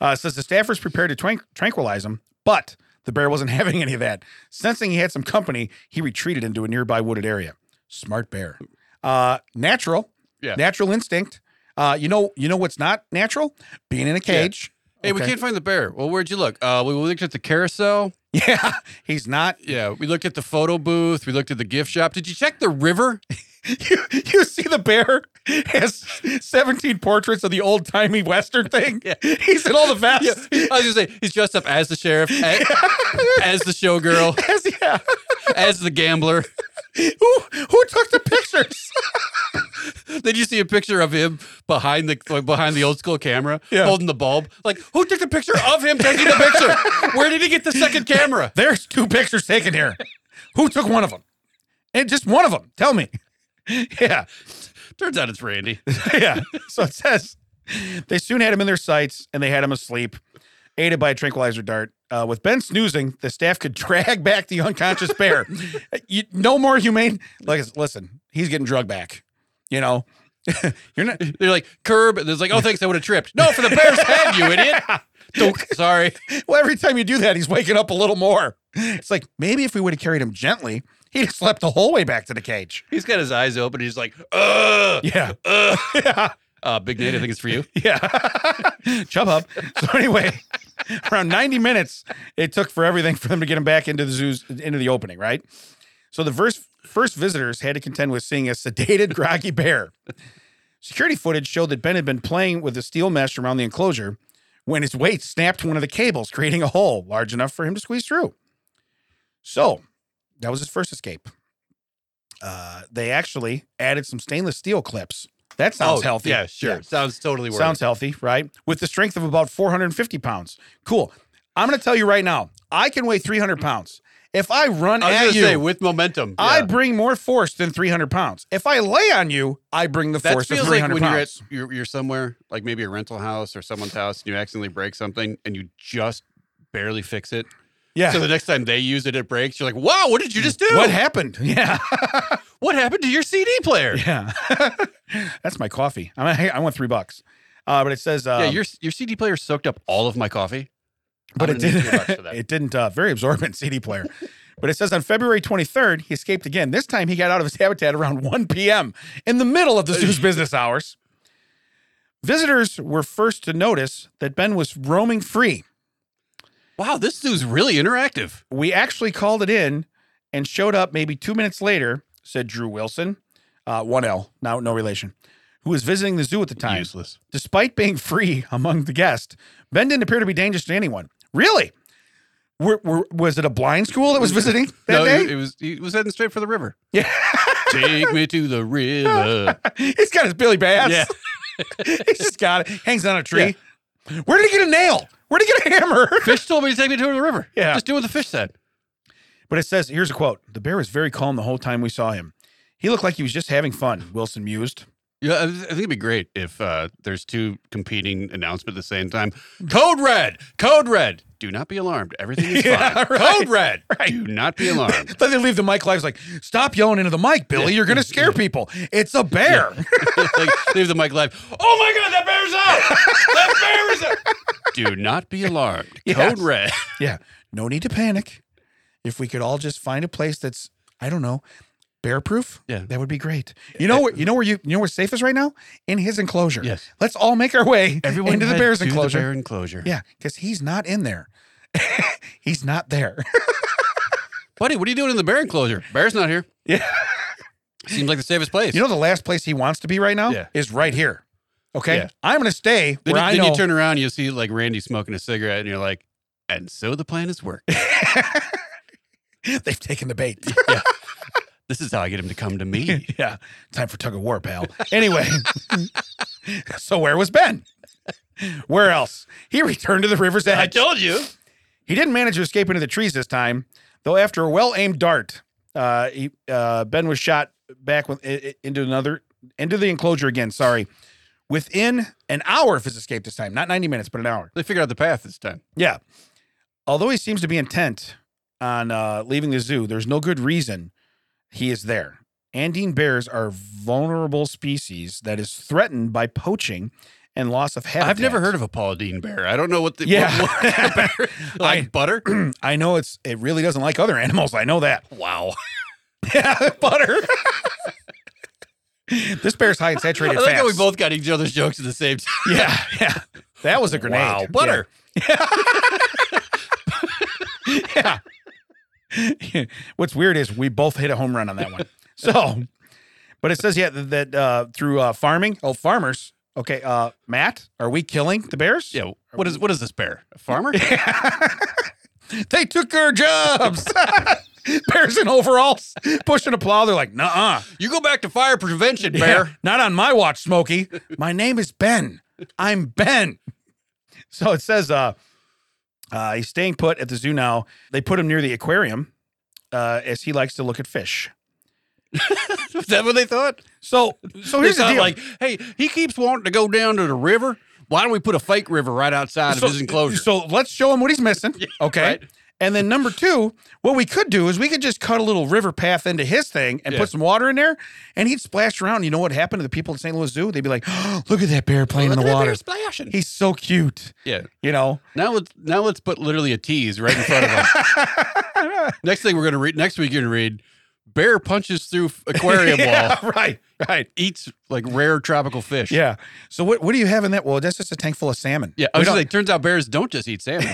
S3: Uh, says the staffers prepared to twank- tranquilize him, but the bear wasn't having any of that. Sensing he had some company, he retreated into a nearby wooded area. Smart bear. Uh, natural.
S2: Yeah.
S3: Natural instinct. Uh, you know, you know what's not natural? Being in a cage.
S2: Hey, we
S3: Okay.
S2: can't find the bear. Well, where'd you look? Uh, we looked at the carousel.
S3: Yeah, he's not.
S2: Yeah, we looked at the photo booth. We looked at the gift shop. Did you check the river?
S3: You, you see the bear has 17 portraits of the old timey Western thing. He's in all the
S2: Yeah,
S3: vests.
S2: I was gonna say he's dressed up as the sheriff, as, as the showgirl,
S3: Yes, yeah.
S2: as the gambler.
S3: Who, who took the pictures?
S2: Did you see a picture of him behind the like, behind the old school camera,
S3: Yeah.
S2: holding the bulb? Like, who took the picture of him taking the picture? Where did he get the second camera?
S3: There's two pictures taken here. Who took one of them? And just one of them. Tell me. Yeah.
S2: Turns out it's Randy.
S3: yeah. So it says they soon had him in their sights and they had him asleep, aided by a tranquilizer dart. Uh, with Ben snoozing, the staff could drag back the unconscious bear. you, no more humane. Like, listen, he's getting drug back. You know, you're not.
S2: They're like curb, and there's like, oh, thanks, I would have tripped. No, for the bear's head, you idiot. Dunk. Sorry.
S3: Well, every time you do that, he's waking up a little more. It's like maybe if we would have carried him gently, he'd have slept the whole way back to the cage.
S2: He's got his eyes open. He's like, ugh.
S3: Yeah.
S2: ugh.
S3: Yeah.
S2: Uh, Big Nate, I think it's for you.
S3: Yeah. Chub Hub. So anyway, around 90 minutes it took for everything for them to get him back into the zoo's into the opening, right? So the first first visitors had to contend with seeing a sedated, groggy bear. Security footage showed that Ben had been playing with a steel mesh around the enclosure when his weight snapped one of the cables, creating a hole large enough for him to squeeze through. So that was his first escape. Uh, they actually added some stainless steel clips. That sounds healthy.
S2: Oh, Yeah, sure. Sounds totally worth
S3: Sounds healthy, right? With the strength of about 450 pounds. Cool. I'm going to tell you right now, I can weigh 300 pounds. If I run
S2: I was
S3: at
S2: gonna
S3: you,
S2: say with momentum.
S3: I
S2: yeah.
S3: bring more force than 300 pounds. If I lay on you, I bring the
S2: that
S3: force of
S2: feels like
S3: 300
S2: when you're, at,
S3: pounds.
S2: you're you're somewhere like maybe a rental house or someone's house and you accidentally break something and you just barely fix it.
S3: yeah.
S2: So the next time they use it, it breaks. You're like, wow, what did you just do?
S3: Mm. what happened? Yeah.
S2: What happened to your CD player? Yeah,
S3: yeah. That's my coffee. I, mean, I want three bucks. Uh, but it says, uh,
S2: your your CD player soaked up all of my coffee.
S3: but
S2: I'm
S3: it
S2: gonna need
S3: didn't.
S2: three bucks for that.
S3: It didn't. Uh, very absorbent CD player. But it says on February 23rd, he escaped again. This time he got out of his habitat around 1 p.m. in the middle of the zoo's business hours. Visitors were first to notice that Ben was roaming free.
S2: Wow, this zoo's really interactive.
S3: We actually called it in and showed up maybe two minutes later, said Drew Wilson, uh, 1L, now no relation, who was visiting the zoo at the time.
S2: Useless.
S3: Despite being free among the guests, Ben didn't appear to be dangerous to anyone. Really? Were, were, was it a blind school that was visiting that
S2: no,
S3: day?
S2: It, it was he was heading straight for the river.
S3: Yeah.
S2: Take me to the river.
S3: He's got his Billy Bass.
S2: Yeah.
S3: He's just got it. Hangs on a tree. Where did he get a nail? Where did he get a hammer?
S2: Fish told me to take me to the river.
S3: Yeah.
S2: Just do what the fish said.
S3: But it says here's a quote The bear was very calm the whole time we saw him. He looked like he was just having fun, Wilson mused.
S2: Yeah, I I think it'd be great if uh, there's two competing announcements at the same time.
S3: Mm.
S2: Code red, code red. Do not be alarmed. Everything is
S3: Yeah,
S2: fine.
S3: right,
S2: Code red.
S3: right.
S2: Do not be alarmed.
S3: Then they leave the mic live. It's like, stop yelling into the mic, Billy. You're going to scare people. It's a bear.
S2: like, leave the mic live. Oh my God, that bear's out. That bear is out. Do not be alarmed.
S3: Yes.
S2: Code red.
S3: Yeah. No need to panic. If we could all just find a place that's, I don't know, bear proof,
S2: Yeah. eh,
S3: that would be great. You know what you know where you you know where safe is right now? In his enclosure.
S2: Yes.
S3: Let's all make our way into the
S2: head
S3: bear's
S2: to
S3: enclosure.
S2: bear enclosure.
S3: Yeah, because he's not in there. he's not there.
S2: Buddy, what are you doing in the bear enclosure? Bear's not here.
S3: Yeah.
S2: Seems like the safest place.
S3: you know the last place he wants to be right now
S2: Yeah.
S3: is right here. Okay.
S2: Yeah.
S3: I'm gonna stay
S2: then,
S3: where
S2: you-
S3: I
S2: then
S3: know.
S2: you turn around, you see like Randy smoking a cigarette, and you're like, and so the plan has worked.
S3: They've taken the bait.
S2: this is how I get him to come to me.
S3: yeah. Time for tug of war, pal. Anyway, so where was Ben? Where else? He returned to the river's
S2: I
S3: edge.
S2: told you.
S3: He didn't manage to escape into the trees this time, though. After a well-aimed dart, uh, he, uh, Ben was shot back with, i- i- into another into the enclosure again. Sorry, within an hour of his escape this time, not ninety minutes, but an hour.
S2: They figured out the path this time.
S3: Yeah. Although he seems to be intent on uh, leaving the zoo, there's no good reason he is there. Andine bears are vulnerable species that is threatened by poaching and loss of habitat.
S2: I've never heard of a Paula Dean bear. I don't know what the
S3: Yeah.
S2: what- what kind of bear- like
S3: I-
S2: butter.
S3: I know it's it really doesn't like other animals. I know that.
S2: Wow,
S3: Yeah, butter. this bear's high in saturated
S2: I like
S3: fats.
S2: how we both got each other's jokes at the same time.
S3: yeah, yeah. That was a grenade.
S2: Wow, butter.
S3: Yeah. yeah. What's weird is we both hit a home run on that one. So, but it says yeah that uh, through uh, farming, oh farmers. Okay, uh, Matt, are we killing the bears?
S2: Yeah. What is what is this bear? A farmer?
S3: they took our jobs. bears in overalls pushing a plow. They're like, nah,
S2: you go back to fire prevention,
S3: bear,
S2: bear.
S3: not on my watch, Smokey. My name is Ben. I'm Ben. So it says, uh, uh, he's staying put at the zoo now. They put him near the aquarium, uh, as he likes to look at fish.
S2: is that what they thought?
S3: So, so here's
S2: they
S3: the
S2: thought
S3: deal.
S2: like, hey, he keeps wanting to go down to the river. Why don't we put a fake river right outside
S3: so,
S2: of his enclosure?
S3: so let's show him what he's missing. Okay.
S2: right.
S3: And then number two, what we could do is we could just cut a little river path into his thing and
S2: Yeah.
S3: put some water in there, and he'd splash around. You know what happened to the people at St. Louis Zoo? They'd be like, "Look at that bear playing
S2: Look at
S3: in the
S2: that
S3: water.
S2: bear splashing.
S3: He's so cute."
S2: yeah.
S3: You know,
S2: Now let's now let's put literally a tease right in front of us. next thing we're gonna read next week you're gonna read bear punches through aquarium wall,
S3: yeah, right, right,
S2: eats like rare tropical fish.
S3: yeah. So what what do you have in that? Well, that's just a tank full of salmon.
S2: Yeah, I
S3: We
S2: was
S3: don't-
S2: just like, turns out bears don't just eat salmon.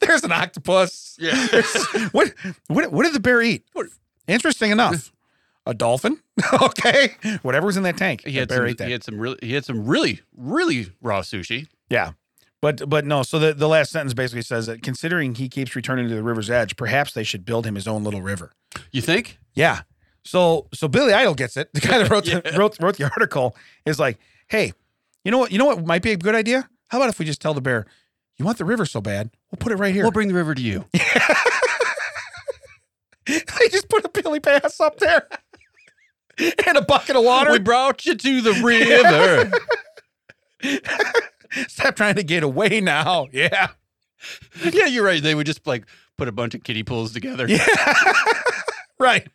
S3: there's an octopus.
S2: Yeah.
S3: There's- what what what did the bear eat? Interesting enough, a dolphin. okay, whatever was in that tank,
S2: He
S3: the
S2: had,
S3: bear
S2: some,
S3: ate that.
S2: he had some really he had some really really raw sushi.
S3: Yeah. But but no, so the, the last sentence basically says that considering he keeps returning to the river's edge, perhaps they should build him his own little river.
S2: You think?
S3: Yeah. So so Billy Idol gets it. The guy that wrote the, wrote wrote the article is like, hey, you know what? You know what might be a good idea? How about if we just tell the bear, you want the river so bad, we'll put it right here.
S2: We'll bring the river to you.
S3: they just put a Billy Bass up there and a bucket of water.
S2: We brought you to the river.
S3: Stop trying to get away now. Yeah.
S2: yeah, you're right. They would just like put a bunch of kiddie pools together,
S3: Yeah. right.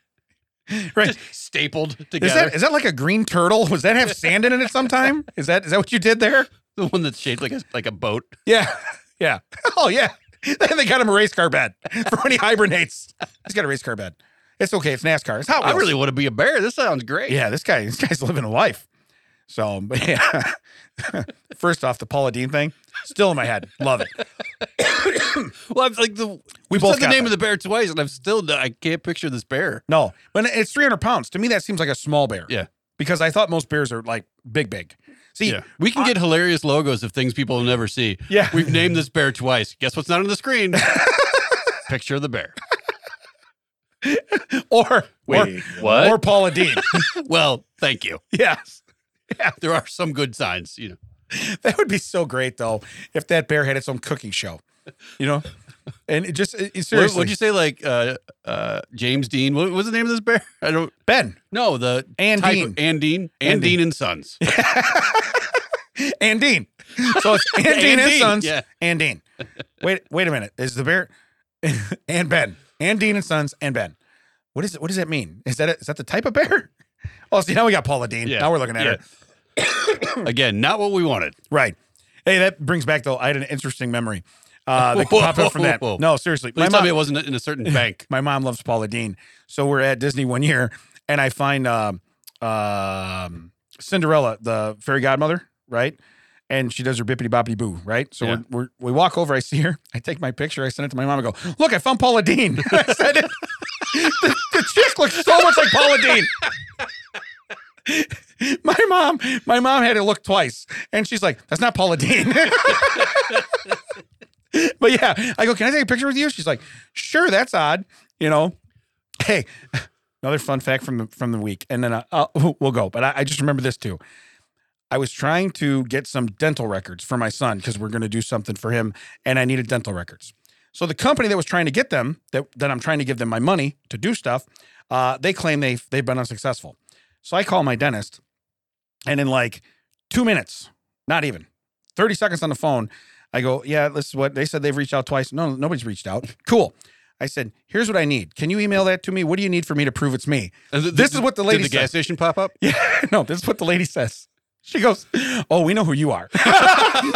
S3: Right.
S2: just stapled
S3: Is
S2: together.
S3: that is that like a green turtle? Does that have sand in it sometime? Is that is that what you did there?
S2: the one that's shaped like a like a boat?
S3: Yeah. Yeah. Oh yeah. Then they got him a race car bed for when he hibernates. He's got a race car bed. It's okay. It's NASCAR. It's hot.
S2: I
S3: Wheels.
S2: really want to be a bear. This sounds great.
S3: Yeah. This guy. This guy's living a life. So but yeah. First off, the Paula Dean thing still in my head. Love it.
S2: Well, I've like the
S3: We
S2: I've
S3: both
S2: said the
S3: got
S2: name
S3: that.
S2: of the bear twice, and I'm still I can't picture this bear.
S3: No, but it's 300 pounds. To me, that seems like a small bear.
S2: Yeah.
S3: Because I thought most bears are like big, big. See,
S2: we can get hilarious logos of things people will never see.
S3: Yeah.
S2: we've named this bear twice. Guess what's not on the screen? picture of the bear.
S3: or
S2: Wait,
S3: or,
S2: what?
S3: Or Paula Dean.
S2: Well, thank you.
S3: yes.
S2: There are some good signs. You know,
S3: That would be so great though if that bear had its own cooking show. You know? And it just it, it-
S2: what,
S3: seriously
S2: would you say? Like uh, uh, James Dean. What was the name of this bear? I don't.
S3: Ben
S2: No, the
S3: And
S2: type
S3: Dean.
S2: of- and Dean and
S3: And Dean.
S2: Dean and Sons.
S3: and Dean. So it's and Dean and,
S2: And Dean,
S3: Sons
S2: yeah.
S3: and Dean. Wait wait a minute. Is the bear and Ben. And Dean and Sons and Ben. What is it? What does that mean? Is that a, is that the type of bear? Oh, see now we got Paula Dean.
S2: Yeah.
S3: Now we're looking at her.
S2: Again, not what we wanted.
S3: Right. Hey, that brings back though. I had an interesting memory uh, that
S2: Whoa,
S3: popped up from that.
S2: whoa, whoa.
S3: No, seriously,
S2: Please
S3: my
S2: tell me
S3: mom,
S2: it wasn't in a certain bank.
S3: my mom loves Paula Dean. So we're at Disney one year, and I find um, um, Cinderella, the fairy godmother, right? And she does her bippity boppity boo, right? So
S2: Yeah.
S3: we're, we're, we walk over, I see her, I take my picture, I send it to my mom, I go, Look, I found Paula Dean. I said it. The, the chick looks so much like Paula Dean. my mom, my mom had it look twice, and she's like, "That's not Paula Dean." but yeah, I go, "Can I take a picture with you?" She's like, "Sure, that's odd." You know, hey, another fun fact from the, from the week, and then I, I'll, we'll go. But I, I just remember this too. I was trying to get some dental records for my son because we're going to do something for him, and I needed dental records. So the company that was trying to get them, that that I'm trying to give them my money to do stuff, uh, they claim they have they've been unsuccessful. So I call my dentist, and in like two minutes, not even 30 seconds on the phone, I go, Yeah, this is what they said they've reached out twice. No, nobody's reached out. Cool. I said, Here's what I need. Can you email that to me? What do you need for me to prove it's me? This is what the lady
S2: Did the
S3: said.
S2: gas station pop up?
S3: Yeah, no, this is what the lady says. She goes, Oh, we know who you are.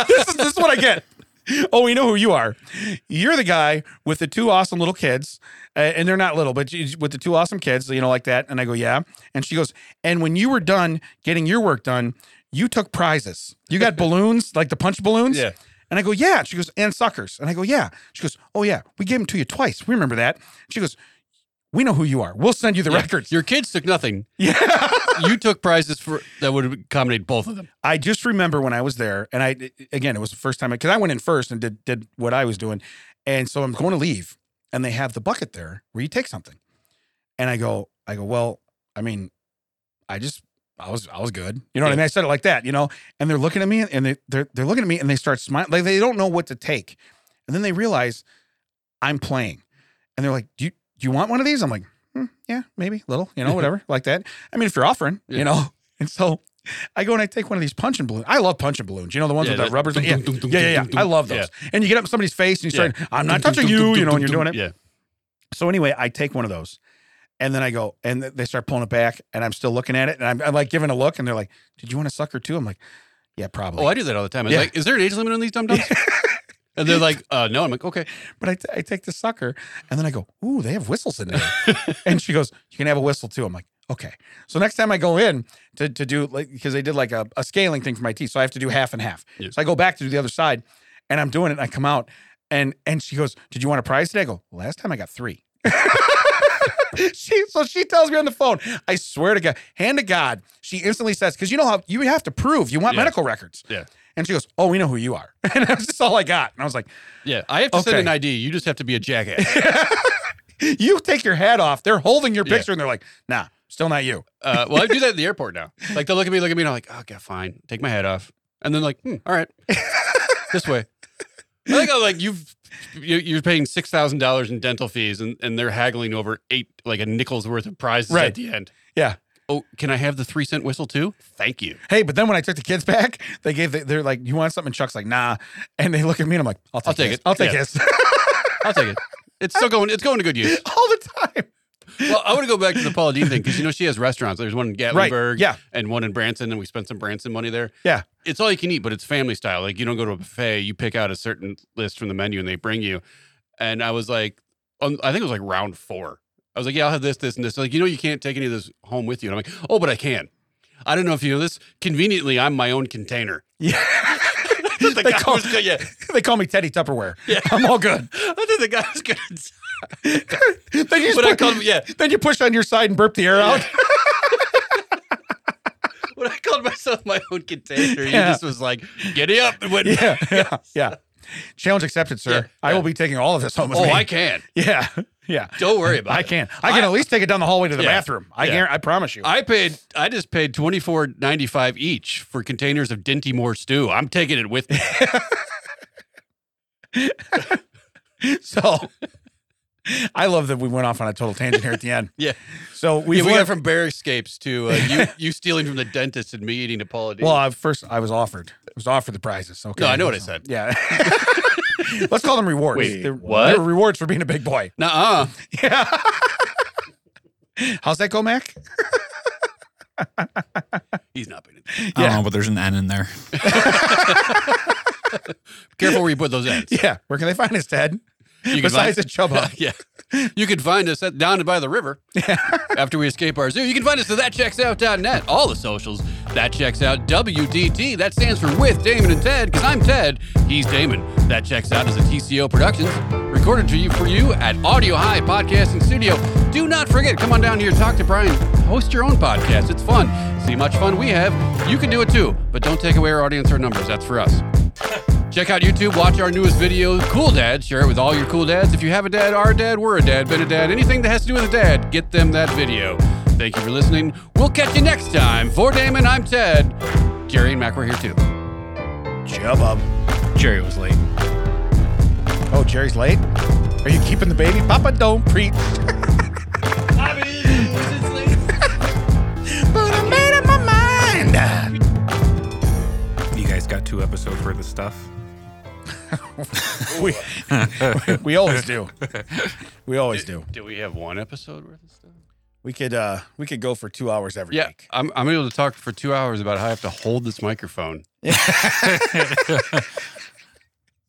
S3: this, is, this is what I get. Oh, we know who you are. You're the guy with the two awesome little kids, uh, and they're not little, but you- with the two awesome kids, you know, like that. And I go, Yeah. And she goes, And when you were done getting your work done, you took prizes. You got balloons, like the punch balloons.
S2: Yeah.
S3: And I go, yeah. She goes, and suckers. And I go, yeah. She goes, oh, yeah. We gave them to you twice. We remember that. She goes, we know who you are. We'll send you the
S2: Yeah.
S3: records.
S2: Your kids took nothing.
S3: Yeah.
S2: You took prizes for that would accommodate both of them.
S3: I just remember when I was there, and I again, it was the first time because I went in first and did did what I was doing, and so I'm going to leave, and they have the bucket there where you take something, and I go, I go, well, I mean, I just. I was I was good, you know what I
S2: Yeah.
S3: mean. I said it like that, you know. And they're looking at me, and they they're they're looking at me, and they start smiling like they don't know what to take. And then they realize I'm playing, and they're like, "Do you do you want one of these?" I'm like, "Hmm, "Yeah, maybe a little, you know, whatever, like that." I mean, if you're offering,
S2: Yeah.
S3: you know. And so I go and I take one of these punching balloons. I love punching balloons. You know the ones
S2: Yeah,
S3: with the
S2: that-
S3: rubbers.
S2: dum,
S3: yeah.
S2: dum, dum, dum,
S3: yeah, yeah, yeah.
S2: dum, dum,
S3: I love those.
S2: yeah.
S3: And you get up in somebody's face and you
S2: Yeah.
S3: start, "I'm not
S2: Dum, dum,
S3: touching
S2: dum,
S3: you,"
S2: dum,
S3: you know,
S2: dum,
S3: and you're
S2: dum.
S3: doing it.
S2: Yeah.
S3: So anyway, I take one of those, and then I go, and th- they start pulling it back, and I'm still looking at it, and I'm, I'm like giving a look, and they're like, "Did you want a sucker too?" I'm like, "Yeah, probably."
S2: Oh, I do that all the time. It's
S3: Yeah.
S2: like, is there an age limit on these dum dums? and they're like, uh, no. I'm like, okay.
S3: but I, t- I take the sucker and then I go, ooh, they have whistles in there. and she goes, you can have a whistle too. I'm like, okay. So next time I go in to, to do like, because they did like a, a scaling thing for my teeth. So I have to do half and half.
S2: Yeah.
S3: So I go back to do the other side and I'm doing it and I come out and, and she goes, did you want a prize today? I go, last time I got three. she so she tells me on the phone. I swear to God, hand to God, she instantly says, because you know how you have to prove you want
S2: Yeah.
S3: medical records.
S2: Yeah.
S3: And she goes, Oh, we know who you are. And that's just all I got. And I was like,
S2: Yeah. I have to send
S3: Okay.
S2: an ID. You just have to be a jackass.
S3: you take your hat off. They're holding your
S2: Yeah.
S3: picture and they're like, nah, still not you.
S2: Uh, well, I do that at the airport now. Like they'll look at me, look at me, and I'm like, oh, okay, fine. Take my hat off. And then like, hmm, all right, this way. I think I'm like you've you- you're paying six thousand dollars in dental fees, and, and they're haggling over eight like a nickel's worth of prizes
S3: Right.
S2: at the end.
S3: Yeah.
S2: Oh, can I have the three cent whistle too? Thank you.
S3: Hey, but then when I took the kids back, they gave, the, they're like, you want something? Chuck's like, nah. And they look at me and I'm like, I'll take,
S2: I'll take
S3: this.
S2: it.
S3: I'll take
S2: Yeah.
S3: this
S2: I'll take it. It's still going. It's going to good use.
S3: all the time.
S2: Well, I want to go back to the Paula Dean thing because you know she has restaurants. There's one in
S3: Right.
S2: Gatlinburg
S3: Yeah.
S2: and one in Branson, and we spent some Branson money there.
S3: Yeah.
S2: it's all you can eat, but it's family style. Like you don't go to a buffet; you pick out a certain list from the menu, and they bring you. And I was like, on, I think it was like round four. I was like, yeah, I'll have this, this, and this. They're like, you know, you can't take any of this home with you. And I'm like, oh, but I can. I don't know if you know this. Conveniently, I'm my own container.
S3: Yeah.
S2: I thought the
S3: They
S2: guy
S3: call- Oh.
S2: was gonna- yeah,
S3: they call me Teddy Tupperware.
S2: Yeah.
S3: I'm all good.
S2: I thought the guy was gonna.
S3: then, you just
S2: But I
S3: put-
S2: called him- yeah.
S3: then you push on your side and burp the air out.
S2: When I called myself my own container, he
S3: Yeah.
S2: just was like, giddy up and went.
S3: Yeah. Yeah. Yeah. Challenge accepted, sir.
S2: Yeah.
S3: I will be taking all of this home with
S2: Oh,
S3: me.
S2: I can.
S3: yeah. Yeah.
S2: Don't worry about it.
S3: I can. I can
S2: I-
S3: at least take it down the hallway to the
S2: Yeah.
S3: bathroom. I
S2: Yeah.
S3: guarantee, I promise you.
S2: I paid. I just paid twenty four ninety five each for containers of Dinty Moore stew. I'm taking it with me.
S3: So I love that we went off on a total tangent here at the end.
S2: Yeah.
S3: So
S2: We,
S3: we've
S2: we
S3: learned
S2: went from bear escapes to uh, you you stealing from the dentist and me eating a Paula Dean.
S3: well, I, first I was offered. I was offered the prizes. Okay.
S2: No, I know what I said.
S3: Yeah. Let's call them rewards.
S2: Wait,
S3: They're-
S2: what?
S3: they're rewards for being a big boy.
S2: Nuh-uh.
S3: Yeah. How's that go, Mac?
S2: he's not paying.
S1: I
S3: Yeah.
S1: don't know, but there's an N in there.
S2: Careful where you put those ends.
S3: Yeah. Where can they find us, Ted?
S2: You can
S3: Besides at
S2: find,
S3: Chubba.
S2: yeah, you can find us at, down by the river after we escape our zoo. You can find us at thatchecksout.net, all the socials. That checks out WDT. That stands for with Damon and Ted, because I'm Ted, he's Damon. That checks out is a TCO Productions, recorded to you for you at Audio High Podcasting Studio. Do not forget, come on down here, talk to Brian, host your own podcast. It's fun. See how much fun we have. You can do it too, but don't take away our audience or numbers. That's for us. Check out YouTube, watch our newest video, Cool Dad. Share it with all your cool dads. If you have a dad, are a dad, we're a dad, been a dad, anything that has to do with a dad, get them that video. Thank you for listening. We'll catch you next time. For Damon, I'm Ted. Jerry and Mac were here too.
S3: Chubba.
S1: Jerry was late.
S3: Oh, Jerry's late? Are you keeping the baby? Papa don't preach. But I made up my mind.
S4: You guys got two episodes worth of stuff.
S3: We, we always do. We always do.
S2: Do we have one episode worth of stuff?
S3: We could uh we could go for two hours every
S2: Yeah,
S3: week.
S2: I'm, I'm able to talk for two hours about how I have to hold this microphone.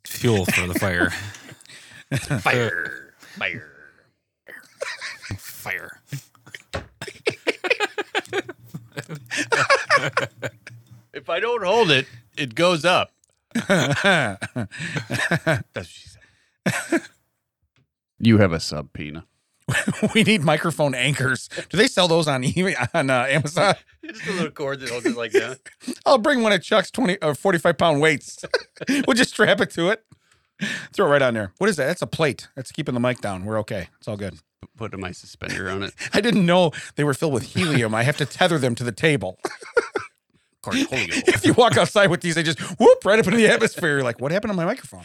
S1: Fuel for the fire.
S2: Fire, fire.
S1: fire.
S2: If I don't hold it, it goes up.
S3: That's what she said.
S2: You have a sub, Pina.
S3: we need microphone anchors. Do they sell those on eBay, on uh, Amazon?
S2: Just a little cord that holds it like that.
S3: I'll bring one of Chuck's 20 or 45 pound weights. we'll just strap it to it. Throw it right on there. What is that? That's a plate. That's keeping the mic down. We're okay. It's all good.
S2: Put my suspender on it.
S3: I didn't know they were filled with helium. I have to tether them to the table.
S2: Cornholio.
S3: if you walk outside with these, they just whoop right up into the atmosphere. You're like, what happened to my microphone?